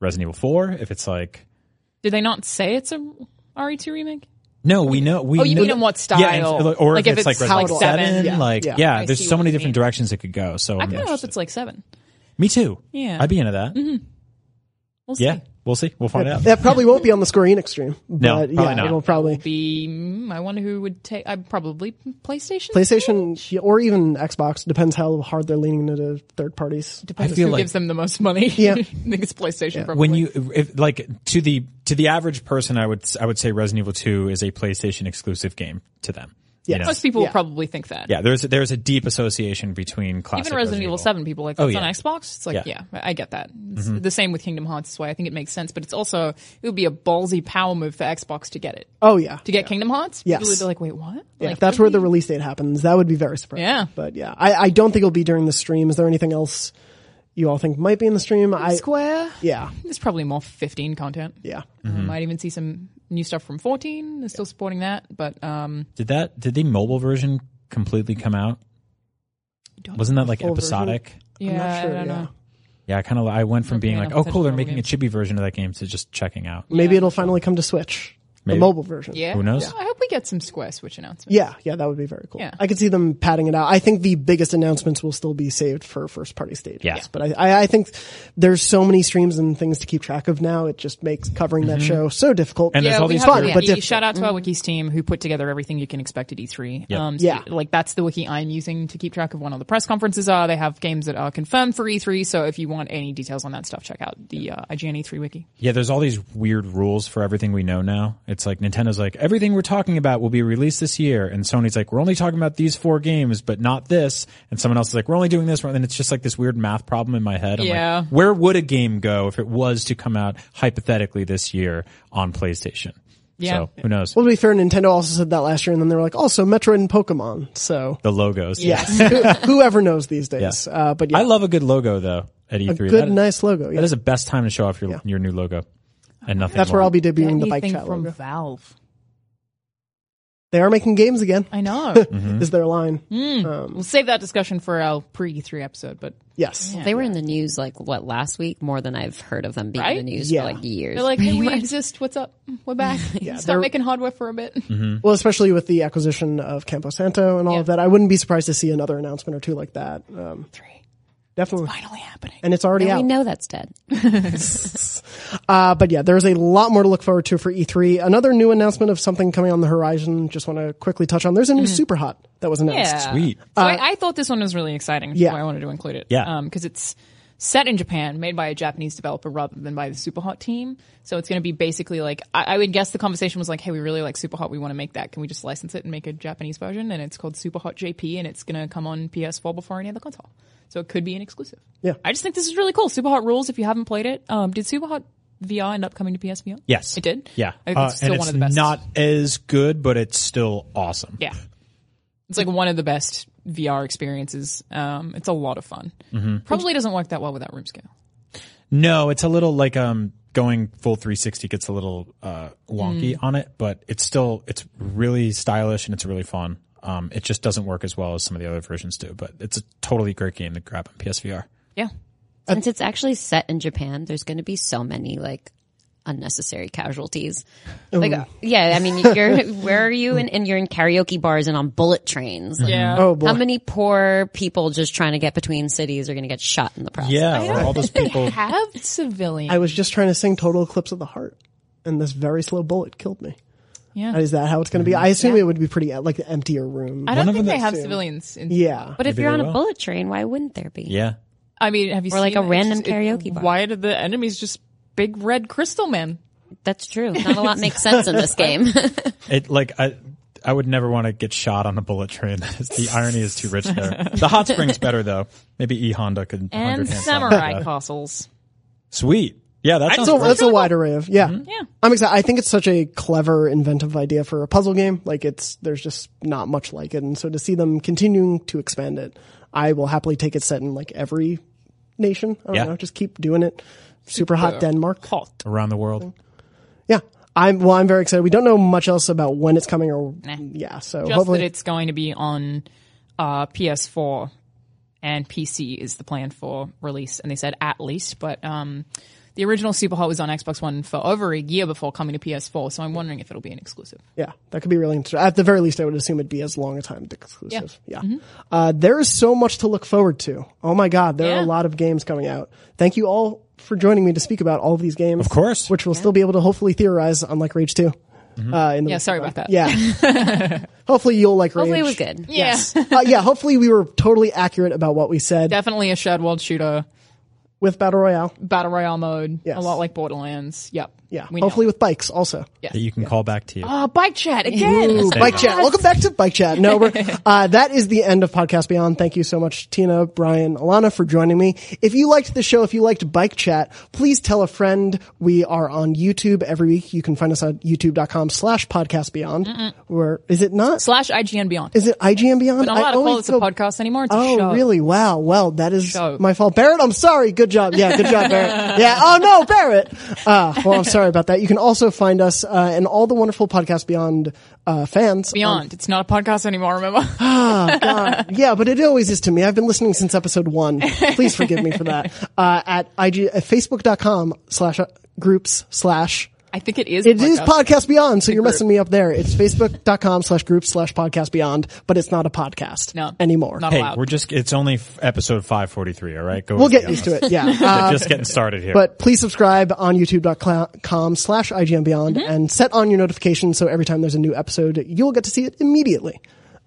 Resident Evil 4, if it's like Did they not say it's a RE2 remake? No, we know. We Oh, you know- mean in what Yeah, and- style? or Like, if if it's, it's like how Resident it- Seven. Seven? Yeah. Yeah. Like, yeah, Yeah. I there's see so what many you different mean. directions it could go. So I I'm kind of hope interested. it's like seven. Me too. Yeah. Mm-hmm. I'd be into that. We'll see. Yeah, we'll see. We'll find out. That probably won't be on the Square Enix stream. But No, probably yeah, not. it'll probably Be, mm, I wonder who would take. I probably PlayStation. PlayStation yeah, or even Xbox depends how hard they're leaning into third parties. Depends I feel who like- gives them the most money. Yeah. I think it's PlayStation. Probably. when you if, like to the to the average person, I would I would say Resident Evil Two is a PlayStation exclusive game to them. Yeah, most people Yeah. will probably think that. yeah. There's there's a deep association between classic Oh, Even Resident Evil Seven people like that's yeah. on Xbox. It's like Yeah. Mm-hmm. yeah, I get that. It's the same with Kingdom Hearts. That's why I think it makes sense. But it's also it would be a ballsy power move for Xbox to get it Oh yeah. to get Kingdom Hearts. Yes. people would be like, wait, what? Yeah, Like, if that's would where the release date happens, that would be very surprising. Yeah. But yeah, I, I don't think it'll be during the stream. Is there anything else you all think might be in the stream? I Square. yeah, There's probably more 15 content. yeah. Uh, might even see some new stuff from 14. They're still supporting that, but um, Did that did the mobile version completely come out? Don't Wasn't that like full version? episodic? yeah, not sure, I don't yeah. know. Yeah, I kind of I went from Not being paying like, oh enough cool, they're attention to making a mobile chibi version of that game to just checking out. Maybe it'll finally come to Switch, Maybe. the mobile version. Yeah, Who knows? Yeah, I hope we get some Square Switch announcements. Yeah, yeah, that would be very cool. Yeah. I could see them padding it out. I think the biggest announcements will still be saved for first party stages. Yeah. But I, I, I think there's so many streams and things to keep track of now. It just makes covering that show so difficult. Mm-hmm. And there's all we these have fun, a but wiki. different. shout out to our wikis team who put together everything you can expect at E3. Um, so, Mm-hmm. Yeah. like that's the wiki I'm using to keep track of when all the press conferences are. They have games that are confirmed for E3. So if you want any details on that stuff, check out the uh, IGN E3 wiki. Yeah, there's all these weird rules for everything we know now. It's like Nintendo's like everything we're talking about will be released this year, and Sony's like we're only talking about these four games, but not this. And someone else is like we're only doing this one, and it's just like this weird math problem in my head. I'm Yeah. like, where would a game go if it was to come out hypothetically this year on PlayStation? Yeah. so, who knows? Well, to be fair, Nintendo also said that last year, and then they were like, also Metroid and Pokemon. So the logos, yes, Who- whoever knows these days. Yeah. Uh, but yeah, I love a good logo though at E3. a good, That- nice logo. Yeah. That is the best time to show off your your new logo, and nothing. That's where more. I'll be debuting the bike Anything chat from logo. Valve. They are making games again. I know. Mm-hmm. Is their line? we'll save that discussion for our pre E3 episode, but Yes. They were in the news like what last week, more than I've heard of them being Right? in the news Yeah. for like years. they're like, hey, we exist. What's up? We're back. Stop making hardware for a bit. Mm-hmm. Well, especially with the acquisition of Campo Santo and all of Yeah. that, I wouldn't be surprised to see another announcement or two like that. Um, Three. definitely. Finally happening. And it's already and we out. know that's dead. Uh, but yeah, there's a lot more to look forward to for E3. Another new announcement of something coming on the horizon. Just want to quickly touch on. There's a new Super Hot that was announced. Yeah. Sweet. Uh, So I, I thought this one was really exciting. Yeah. Yeah. Why I wanted to include it. Yeah. Because it's set in Japan, made by a Japanese developer rather than by the Superhot team. So it's going to be basically like, I, I would guess the conversation was like, hey, we really like Superhot. We want to make that. Can we just license it and make a Japanese version? And it's called Superhot JP and it's going to come on PS4 before any other console. So it could be an exclusive. Yeah. I just think this is really cool. Superhot rules if you haven't played it. Um, did Superhot VR end up coming to PS VR? Yes, It did? Yeah, I think Uh, it's still and one of the best. Not as good, but it's still awesome. Yeah. It's like one of the best VR experiences. Um, it's a lot of fun. Mm-hmm. Probably doesn't work that well without room scale. No, it's a little like um going full 360 gets a little uh wonky Mm. on it, but it's still it's really stylish and it's really fun. Um, it just doesn't work as well as some of the other versions do, but it's a totally great game to grab on PSVR. Yeah. Since it's actually set in Japan, there's going to be so many like unnecessary casualties. Like, uh, yeah, I mean, you're where are you? In, and you're in karaoke bars and on bullet trains. Like, Yeah. Oh boy. How many poor people just trying to get between cities are going to get shot in the process? Yeah, or all those people. Have civilian. I was just trying to sing Total Eclipse of the Heart, and this very slow bullet killed me. yeah. Is that how it's going to be? I assume it would be pretty uh, like an emptier room. I One don't of think them they have that's- civilians. In, yeah. But if Maybe you're they on will. a bullet train, why wouldn't there be? Yeah. I mean, have you Or like seen a it? random It's just- it- karaoke bar. Why did the enemies just big red crystal men? That's true. Not a lot makes sense in this game. It like I I would never want to get shot on a bullet train. That is- the irony is too rich there. The hot spring's better though. Maybe E Honda could And 100 hand samurai that. castles. Sweet. Yeah, that sounds So great. that's a wide array of yeah. Mm-hmm. Yeah. I'm excited. I think it's such a clever, inventive idea for a puzzle game. Like it's there's just not much like it, and so to see them continuing to expand it, I will happily take it set in like every nation. I don't Yeah. know, just keep doing it. Super hot Denmark. Hot. around the world. Yeah, I'm well. I'm very excited. We don't know much else about when it's coming or yeah. So Just hopefully that it's going to be on uh, PS4 and PC is the plan for release, and they said at least. But um, the original Super Hot was on Xbox One for over a year before coming to PS4, so I'm wondering if it'll be an exclusive. Yeah, that could be really interesting. At the very least, I would assume it'd be as long a time exclusive. Yeah. Mm-hmm. Uh, there is so much to look forward to. Oh my God. There are Yeah. a lot of games coming out. Thank you all for joining me to speak about all of these games. Of course. Which we'll still be able to hopefully theorize on like Rage 2. Mm-hmm. Uh, in the Yeah, weeks sorry to come. about that. Yeah. hopefully you'll like Rage. Hopefully it was good. Yes. uh, yeah, hopefully we were totally accurate about what we said Definitely a shared world shooter, with Battle Royale. battle royale mode, Yes. a lot like Borderlands. Yep. Yeah. We hopefully know. with bikes also. that you can call back to you. Oh, bike chat again. Ooh, bike chat. Welcome back to bike chat. No, we're, uh, that is the end of podcast beyond. Thank you so much, Tina, Brian, Alana, for joining me. If you liked the show, if you liked bike chat, please tell a friend. We are on YouTube every week. You can find us on youtube.com slash podcast beyond. Where is it not? Slash IGN Beyond. Is it IGN Beyond? But not allowed I to call always this go- a podcast anymore. It's a Oh, show. really? Wow. Well, that is Show. my fault. Barrett, I'm sorry. Good job. Yeah, good job, Barrett. Yeah. Oh, no, Barrett. Uh, well, I'm sorry about that. You can also find us uh, and all the wonderful Podcast Beyond uh, fans. on- Beyond. It's not a podcast anymore, remember? Um, yeah, but it always is to me. I've been listening since episode one. Please forgive me for that. Uh, at IG, at facebook.com slash uh, groups slash I think it is. a it is podcast beyond. So you're group. messing me up there. It's facebook.com slash groups slash podcast beyond, but it's not a podcast No. anymore. Not hey, allowed. we're just, it's only f- episode 543, all right? Go We'll easy get on used us. to it. Yeah. Uh, just getting started here. but please subscribe on youtube.com slash IGN Beyond and set on your notifications so every time there's a new episode, you'll get to see it immediately.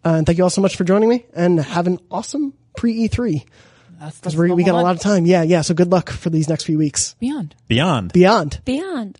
Uh, and thank you all so much for joining me and have an awesome pre E3. That's- that's Because we, the we got a whole lot of time. Yeah, yeah. So good luck for these next few weeks. Beyond. Beyond. Beyond. Beyond.